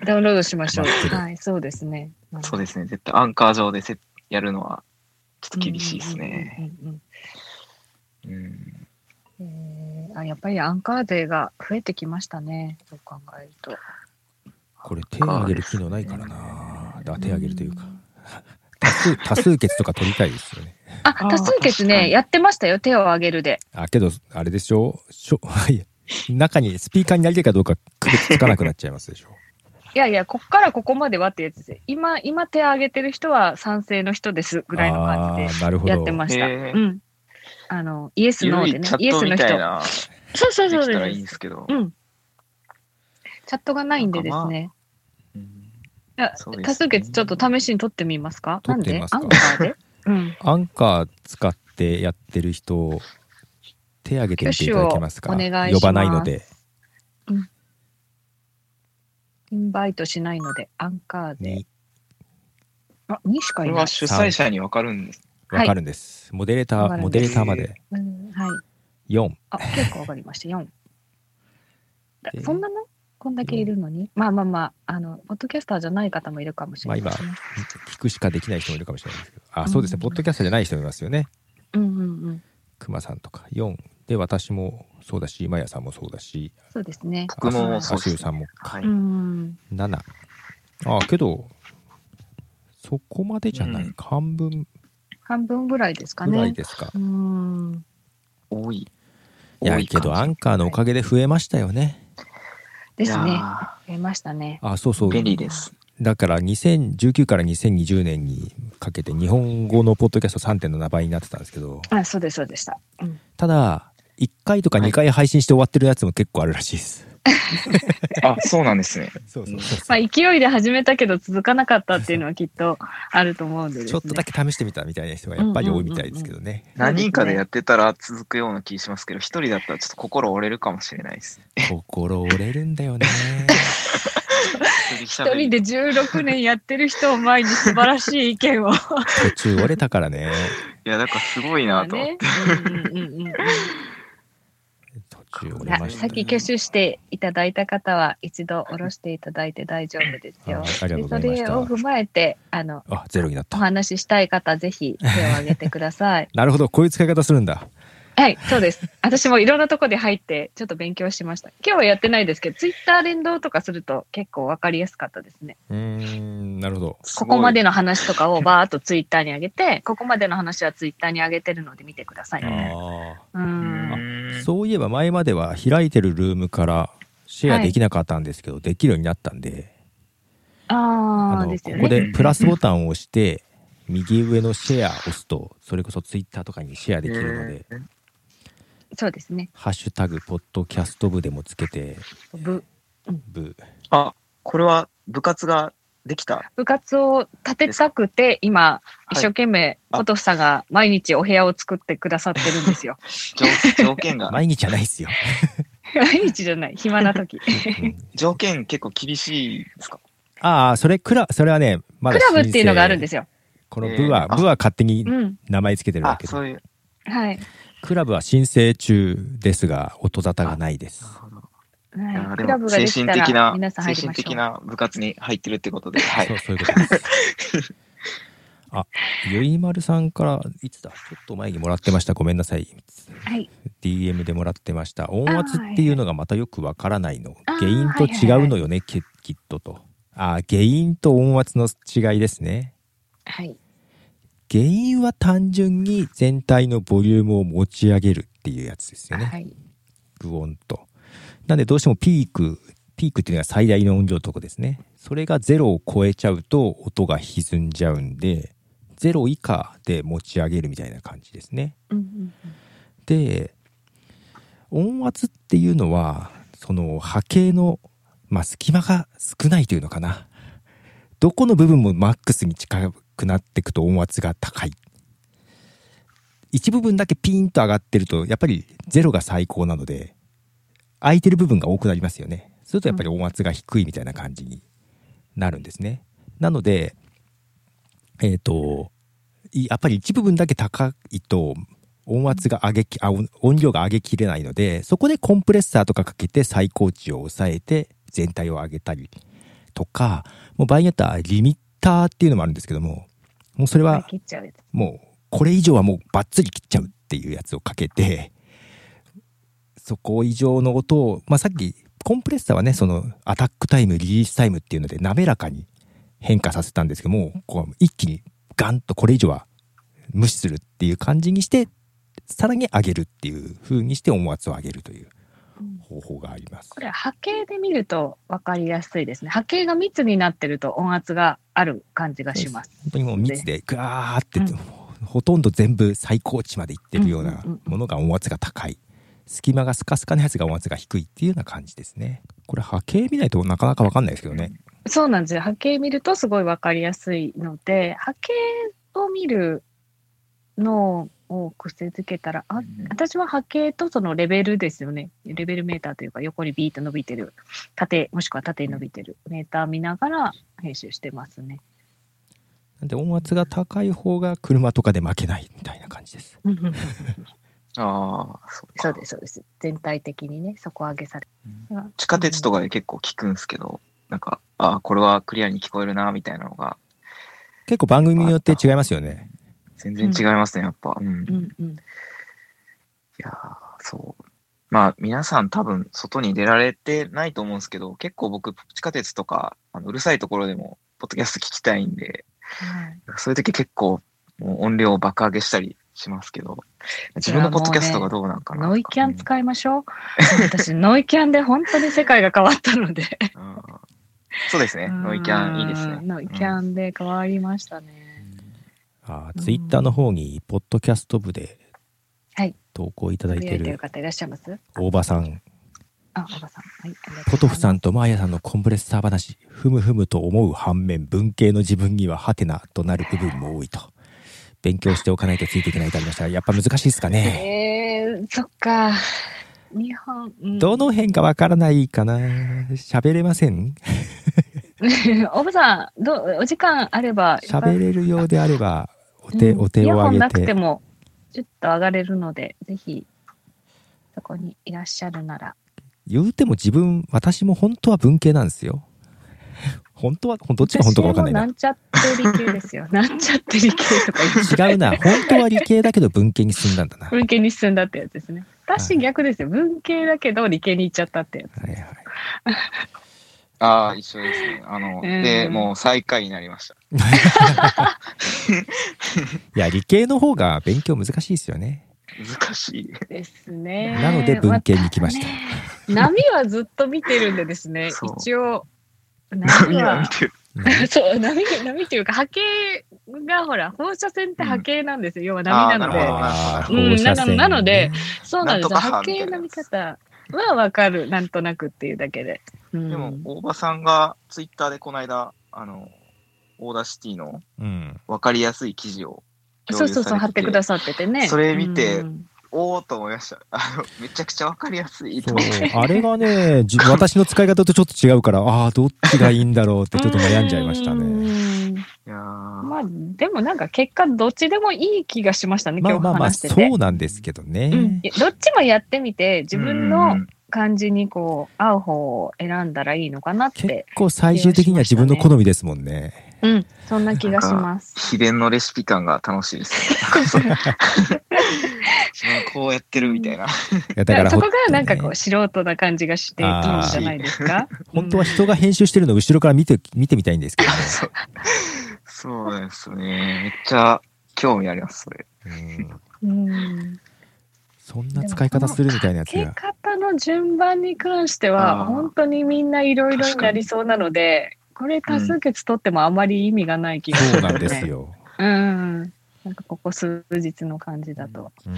Speaker 1: ダウンロードしましょう。
Speaker 2: 待ってる
Speaker 1: はい、そうですね。
Speaker 3: そうですね。絶対アンカー上でせやるのは、ちょっと厳しいですね。
Speaker 1: うんうんうん
Speaker 3: う
Speaker 1: う
Speaker 3: ん。
Speaker 1: んうん。えーあやっぱりアンカー勢が増えてきましたね。そう考えると。
Speaker 2: これ、手挙げる機能ないからな。だから手挙げるというか。多数、多数決とか取りたいですよね。
Speaker 1: あ、多数決
Speaker 3: 確か
Speaker 1: ね、
Speaker 3: に
Speaker 1: やってましたよ。手を挙げるで。
Speaker 2: あ、けど、あれでしょしょ いや中にスピーカーになりたいかどうか区別つかなくなっちゃいますでしょ。
Speaker 1: いやいや、こっからここまではってやつで。今、今手を挙げてる人は賛成の人です ぐらいの感じで
Speaker 2: あーなるほど。
Speaker 1: やってました。
Speaker 3: へー
Speaker 1: うん。あの、イエス、
Speaker 3: ゆ
Speaker 1: ノ
Speaker 3: る
Speaker 1: ー
Speaker 3: い
Speaker 1: でね
Speaker 3: チャ。
Speaker 1: イエ
Speaker 3: ッ
Speaker 1: ス
Speaker 3: ト
Speaker 1: の
Speaker 3: み
Speaker 1: 人
Speaker 3: たい。な、
Speaker 1: そうそう
Speaker 3: で
Speaker 1: そう
Speaker 3: き
Speaker 1: です。
Speaker 3: たらいいんですけど。
Speaker 1: うん。チャットがないんでですね。
Speaker 3: うん
Speaker 1: いや
Speaker 3: そうです
Speaker 1: 多
Speaker 3: ね
Speaker 1: 数決ちょっと試しに取ってみますか
Speaker 2: 取ってみますか
Speaker 1: なんでアンカー で。うん。
Speaker 2: アンカー使ってやってる人、手挙げてみていただけますか
Speaker 1: 挙手をお願いしま
Speaker 2: 呼
Speaker 1: す
Speaker 2: ばないので。
Speaker 1: インバイトしないので、アンカーで。
Speaker 2: に
Speaker 1: あ、2しか
Speaker 3: こ
Speaker 1: い
Speaker 3: れ
Speaker 1: ない
Speaker 3: は。主催者に分かるんです。
Speaker 1: はい
Speaker 2: わかるんです。モデレータ
Speaker 1: わ
Speaker 2: ー、
Speaker 1: かる
Speaker 2: モ
Speaker 1: んで
Speaker 2: デレ
Speaker 1: す
Speaker 2: ーターまで。
Speaker 1: うん、はい。
Speaker 2: 4。
Speaker 1: あ、結構わかりました。4。だ
Speaker 2: で
Speaker 1: そんなのこんだけいるのに、まあまあまあ、あの、ポッドキャスターじゃない方もいるかもしれない、ね。
Speaker 2: まあ今聞くしかできない人もいるかもしれないですけど。
Speaker 1: う
Speaker 2: あ、
Speaker 1: ん
Speaker 2: そうですね。ポッドキャストじゃない人もいますよね。
Speaker 1: うんうんうん。
Speaker 2: くまさんとか。4。で、私もそうだし、まやさんもそうだし、
Speaker 1: そうですね。
Speaker 3: 僕も
Speaker 2: あ
Speaker 3: そうです
Speaker 2: し
Speaker 3: ね
Speaker 2: ゅうさんも
Speaker 3: は
Speaker 1: う。ん。
Speaker 2: 7あけどそこまでじゃない、
Speaker 3: うん
Speaker 2: 半分
Speaker 1: 半分ぐらいですか
Speaker 2: ぐらい
Speaker 1: ね。
Speaker 2: ですか
Speaker 1: うん。
Speaker 3: 多い。
Speaker 2: いやけどアンカーのおかげで増えましたよね
Speaker 1: で
Speaker 3: い
Speaker 1: す
Speaker 3: や
Speaker 1: ね。
Speaker 3: ー
Speaker 1: 増えましたね。
Speaker 2: あそうそう
Speaker 3: 便利です。
Speaker 2: だから2019から2020年にかけて日本語のポッドキャスト3.7倍になってたんですけど
Speaker 1: あ、そうです、そうでした。うん。
Speaker 2: ただ1回とか2回配信して終わってるやつも結構あるらしいです、
Speaker 3: あ、そうなんで すね。
Speaker 2: そう
Speaker 3: そう
Speaker 2: そう
Speaker 1: まあ、勢いで始めたけど続かなかったっていうのはきっとあると思うんでです、
Speaker 2: ちょ
Speaker 1: ね。
Speaker 2: っとだけ試してみたみたいな人がやっぱり多いみたいですけどね、
Speaker 3: 何人かでやってたら続くような気しますけど、一人だったらちょっと心折れるかもしれないです。
Speaker 2: 心折れるんだよね
Speaker 3: 一人
Speaker 1: 一
Speaker 3: 喋
Speaker 1: 人
Speaker 3: り
Speaker 1: で16年やってる人を前に素晴らしい意見 を。
Speaker 2: 途中折れたからね
Speaker 3: いや、だからすごいなと思って。
Speaker 1: ね。うん うんうんうん
Speaker 2: 途中折
Speaker 1: い
Speaker 2: れ
Speaker 1: や
Speaker 2: ましたね
Speaker 1: 先挙手していただいた方は一度下ろしていただいて大丈夫ですよ。
Speaker 2: はいありがとうござい
Speaker 1: で
Speaker 2: まし
Speaker 1: そ
Speaker 2: た
Speaker 1: れを踏まえてあの
Speaker 2: あゼロにな
Speaker 1: お
Speaker 2: った。
Speaker 1: 話ししたい方ぜひ手を挙げてください
Speaker 2: なるほど、こういう使い方するんだ。
Speaker 1: はいそうです。私もいろんなとこで入ってちょっと勉強しました。今日はやってないですけどツイッター連動とかすると結構わかりやすかったですね。
Speaker 2: うーん、なるほど。
Speaker 1: ここまでの話とかをバーっとツイッターに上げてここまでの話はツイッターに上げてるので見てくださいみたいな。う
Speaker 2: あ
Speaker 3: すごい。
Speaker 1: ん
Speaker 2: あ、
Speaker 3: う
Speaker 2: そういえば前までは開いてるルームからシェアできなかったんですけど、できるようになったんで、
Speaker 1: あ
Speaker 2: あ
Speaker 1: あ
Speaker 2: の、
Speaker 1: です
Speaker 2: こ
Speaker 1: よ
Speaker 2: こ
Speaker 1: ね。
Speaker 2: でプラスボタンを押して、右上のシェアを押すと、それこそツイッターとかにシェアできるので、。
Speaker 1: そうですね。
Speaker 2: ハッシュタグ、ポッドキャスト部でもつけて、
Speaker 1: ぶ
Speaker 2: 部。
Speaker 3: あ、これは部活ができた。
Speaker 1: 部活を立てたくて今一生懸命
Speaker 3: あ
Speaker 1: ポトフさんが毎日お部屋を作ってくださってるんですよ
Speaker 3: 条条件が、
Speaker 2: 毎日じゃないですよ。
Speaker 1: 毎日じゃない暇な時
Speaker 2: うん
Speaker 3: 条件結構厳しいですか
Speaker 2: ああ、それ、クラ、それはね、ま
Speaker 1: ク
Speaker 2: だ。
Speaker 1: ラブっていうのがあるんですすよ
Speaker 2: この部は、
Speaker 3: えーあ
Speaker 2: 部は勝手に
Speaker 1: うん
Speaker 2: 名前つけてるわ
Speaker 3: あ、
Speaker 2: けで
Speaker 3: そういう。
Speaker 1: はい、
Speaker 2: クラブは申請中ですが、音沙汰がないです
Speaker 3: な。るほどい
Speaker 1: は
Speaker 3: や
Speaker 1: い、
Speaker 3: で
Speaker 1: クラブ
Speaker 3: も
Speaker 1: がで
Speaker 3: 精
Speaker 1: き
Speaker 3: 神
Speaker 1: た
Speaker 3: 的
Speaker 1: ら
Speaker 3: な
Speaker 1: 皆さん入
Speaker 3: 精
Speaker 1: りま
Speaker 3: 神
Speaker 1: しょ
Speaker 3: 的
Speaker 1: う
Speaker 3: な部活に入ってるってことで、は
Speaker 2: そう
Speaker 3: い。
Speaker 2: そういうことです。ゆいまるさんから、いつだちょっと前にもらってました。ごめんなさい。
Speaker 1: はい。
Speaker 2: DM でもらってました。音圧っていうのがまたよくわからないの。
Speaker 1: あー
Speaker 2: 原因と違うのよね、ききっとと。あー、原因と音圧の違いですね。
Speaker 1: はい。
Speaker 2: 原因は単純に全体のボリュームを持ち上げるっていうやつですよね。
Speaker 1: はい。
Speaker 2: グオンと。なんでどうしてもピーク、ピークっていうのは最大の音量のとこですね。それが0を超えちゃうと音が歪んじゃうんで、0以下で持ち上げるみたいな感じですね。
Speaker 1: うんうん
Speaker 2: で、音圧っていうのは、その波形の、まあ、隙間が少ないというのかな。どこの部分もマックスに近くなっていくと音圧が高い。一部分だけピーンと上がってると、やっぱりゼロが最高なので、空いてる部分が多くなりますよね。するとやっぱり音圧が低いみたいな感じになるんですね。なので、えっ、と、いやっぱり一部分だけ高いと、音圧が上げき、あ、音音量が上げきれないので、そこでコンプレッサーとかかけて最高値を抑えて全体を上げたりとか、もう場合によってはリミッターっていうのもあるんですけども、もうそれ
Speaker 1: うん。
Speaker 2: は
Speaker 1: 切っちゃうやつ。
Speaker 2: もうこれ以上はもうバッツリ切っちゃうっていうやつをかけてそこ以上の音を、まあ、さっきコンプレッサーはねそのアタックタイムリリースタイムっていうので滑らかに変化させたんですけどもこう一気にガンとこれ以上は無視するっていう感じにしてさらに上げるっていう風にして音圧を上げるという
Speaker 1: うん
Speaker 2: 方法があります
Speaker 1: こ。れは波形で見ると分かりやすいですね。波形が密になってると音圧がある感じがします。
Speaker 2: 本当にもう密でグワーって、
Speaker 1: うん
Speaker 2: ほとんど全部最高値までいってるような
Speaker 1: うんうんうん
Speaker 2: ものが音圧が高い隙間がスカスカのやつが音圧が低いっていうような感じですねこれ波形見ないとなかなかわかんないですけどね
Speaker 1: そうなんですよ。波形見るとすごい分かりやすいので、波形を見るのを癖づけたら、あ私は波形とそのレベルですよね。レベルメーターというか、横にビーッと伸びてる、縦、もしくは縦に伸びてるメーター見ながら編集してますね。
Speaker 2: なんで音圧が高い方が車とかで負けないみたいな感じです
Speaker 3: ああ、そう
Speaker 1: そう
Speaker 3: か。
Speaker 1: です、そうです。全体的にね、底上げされる。
Speaker 3: 地下鉄とかで結構聞くんすけど、なんか、ああ、これはクリアに聞こえるな、みたいなのが、
Speaker 2: 結構番組によって違いますよね
Speaker 3: 全然違いますね、やっぱ。うん。
Speaker 1: う
Speaker 3: い
Speaker 1: んうん。
Speaker 3: やーそう。まあ、皆さん多分、外に出られてないと思うんですけど、結構僕、地下鉄とか、あのうるさいところでも、ポッドキャスト聞きたいんで、
Speaker 1: はい
Speaker 3: そういう時結構、もう音量を爆上げしたりしますけど、自分のポッドキャストがどうなんかなとか。
Speaker 1: ノイキャン使いましょう。私、ノイキャンで本当に世界が変わったので。
Speaker 3: うんうんそうですね、 ノイキャンいいです
Speaker 1: う
Speaker 3: ね
Speaker 1: ん。ノイキャンで変わりましたね。
Speaker 2: あ
Speaker 1: うん
Speaker 2: ツイッター Twitter の方にポッドキャスト部で
Speaker 1: はい
Speaker 2: 投稿いただい
Speaker 1: 見ら
Speaker 2: て
Speaker 1: れてる
Speaker 2: る
Speaker 1: 方いらっしゃいます
Speaker 2: 大場さん
Speaker 1: あ、おばさん。はい。ありがとうございます
Speaker 2: ポトフさんとマーヤさんのコンプレッサー話ふむふむと思う反面文系の自分にはハテナとなる部分も多いと勉強しておかないとついていけないとありましたやっぱ難しいですかね
Speaker 1: えー、そっか。日本、うん
Speaker 2: どの辺かわからないかな喋れません
Speaker 1: おばさん、どうお時間あれば、
Speaker 2: 喋れるようであればお手,、
Speaker 1: うん
Speaker 2: お手
Speaker 1: イヤ
Speaker 2: を
Speaker 1: ホ
Speaker 2: 挙
Speaker 1: ン
Speaker 2: げ
Speaker 1: なくて
Speaker 2: て
Speaker 1: も、ちょっと上がれるので、ぜひ、そこにいらっしゃるなら。
Speaker 2: 言うても自分私も本当は文系なんですよ本当はほんどっちが本当かわかん
Speaker 1: 私も
Speaker 2: ない
Speaker 1: な
Speaker 2: な
Speaker 1: んちゃって理系ですよ。なんちゃって理系とか言って
Speaker 2: 違うな本当は理系だけど文系に進んだんだなはい
Speaker 1: 文系に進んだってやつですね。私
Speaker 2: はい
Speaker 1: 逆ですよ。文系だけど理系に行っちゃったってやつ。
Speaker 2: はい
Speaker 3: ああ、一緒ですね。あの、
Speaker 1: うん
Speaker 3: で、もう最下位になりました。
Speaker 2: いや理系の方が勉強難しいですよね
Speaker 3: 難しい。
Speaker 1: ですね。
Speaker 2: なので文系に行きました
Speaker 1: たね波はずっと見てるんでですね
Speaker 3: そう、
Speaker 1: 一応。波
Speaker 3: 波が
Speaker 1: は
Speaker 3: 見てる。
Speaker 1: そう波波っていうか波形がほら放射線って波形なんですよ、要は
Speaker 3: あ
Speaker 1: 波
Speaker 3: ー
Speaker 1: なの
Speaker 3: なる
Speaker 1: で
Speaker 3: ほど
Speaker 2: あー
Speaker 1: うん
Speaker 2: 放射線ね
Speaker 1: なのでそうなんですよ
Speaker 3: なんとか
Speaker 1: 波形の見方はわかるなんとなくっていうだけで、うん、
Speaker 3: でも、大場さんがツイッターでこの間、あの、オーダーシティの
Speaker 2: うん、
Speaker 3: 分かりやすい記事を共
Speaker 1: そうそ
Speaker 3: 有されてて
Speaker 1: うそう貼ってくださっててね
Speaker 3: それ見て
Speaker 1: うん
Speaker 3: おおと思いました。あの、めちゃくちゃ分かりやすいと
Speaker 2: そう
Speaker 3: 思って。
Speaker 2: あれが ねじ私の使い方とちょっと違うからああどっちがいいんだろうってちょっと悩んじゃいましたね。
Speaker 1: うん
Speaker 3: いやー
Speaker 1: まあでもなんか結果どっちでもいい気がしましたね、
Speaker 2: まあま
Speaker 1: 今日
Speaker 2: あまあ
Speaker 1: 話してて。
Speaker 2: そうなんですけどね、
Speaker 1: うん、いやどっちもやってみて自分
Speaker 3: う
Speaker 1: の
Speaker 3: ん
Speaker 1: 感じにこう合う方を選んだらいいのかなっ
Speaker 2: 結
Speaker 1: て。
Speaker 2: 構最終的には自分の好みですもんね。
Speaker 1: うん、そんな気がします。
Speaker 3: 秘伝のレシピ感が楽しいですね。なんかそうこうやってるみたいな。
Speaker 2: いやだから
Speaker 1: そ
Speaker 2: ほ
Speaker 1: こがなんかこ
Speaker 2: ね
Speaker 1: う素人な感じがしていいんじゃないですか。
Speaker 2: 本当は人が編集してるの後ろから見て見てみたいんで すけどね。
Speaker 3: そうですね。めっちゃ興味あります、それ。
Speaker 2: うん
Speaker 1: うん、
Speaker 2: そんな使い方するみたいなやつ
Speaker 1: 消え
Speaker 2: が。
Speaker 1: 方の順番に関して
Speaker 3: あー
Speaker 1: は本当にみんないろいろになりそうなので、これ多数決取ってもあまり意味がない気がす
Speaker 2: そう
Speaker 1: る
Speaker 2: なん
Speaker 1: の
Speaker 2: です
Speaker 1: で。
Speaker 2: よ。
Speaker 1: うん、なんかここ数日の感じだと。
Speaker 2: うん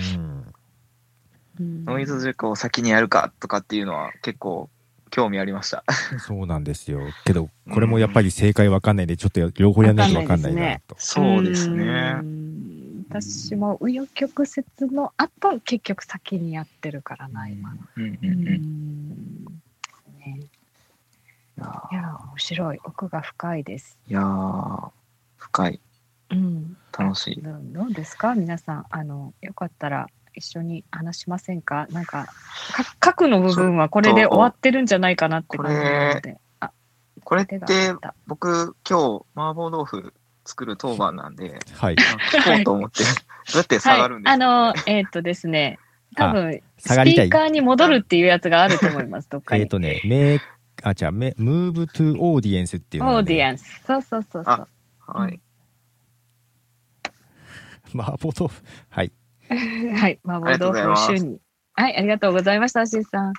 Speaker 1: うん
Speaker 3: ノイズ塾を先にやるかとかっていうのは結構興味ありました。
Speaker 2: そうなんですよ。けど、これもやっぱり正解わかんないんで、ちょっと両方やんないとわかんないなと。
Speaker 3: そうですね
Speaker 1: う。ん私も紆余曲折の後結局先にやってるからな今。
Speaker 3: うん
Speaker 1: う
Speaker 3: う
Speaker 1: ん
Speaker 3: うん
Speaker 1: んね
Speaker 3: いやー
Speaker 1: いやー面白い奥が深いです。
Speaker 3: いやー、深い。
Speaker 1: うん、
Speaker 3: 楽しい。
Speaker 1: どうどうですか皆さんあのよかったら一緒に話しませんかなんかか核の部分はこれで終わってるんじゃないかなって感じなので
Speaker 3: これっ
Speaker 1: 手
Speaker 3: て
Speaker 1: が空いた
Speaker 3: 僕今日麻婆豆腐作る当番なんで、
Speaker 2: はい。
Speaker 3: あ聞こうと思って、どうやって下がるんです
Speaker 1: は
Speaker 3: か、
Speaker 1: い、
Speaker 3: ね
Speaker 1: あのえーっとですね多分
Speaker 2: 下
Speaker 1: ス
Speaker 2: がり
Speaker 1: ピ
Speaker 2: たい
Speaker 1: ーカーに戻るっていうやつがあると思い ますどっか
Speaker 2: え
Speaker 1: に。
Speaker 2: っとね、メイあ、じゃあ、メムーブトゥオーディエンスっていう
Speaker 1: オ
Speaker 2: の
Speaker 1: ーディエ
Speaker 2: ン
Speaker 1: ンス。そうそうそうそ
Speaker 3: あ
Speaker 1: う。
Speaker 3: はい。
Speaker 2: ス。 麻婆豆腐。はい。
Speaker 1: はい、麻婆豆腐を週に。はい、ありがとうございました、アシスさん。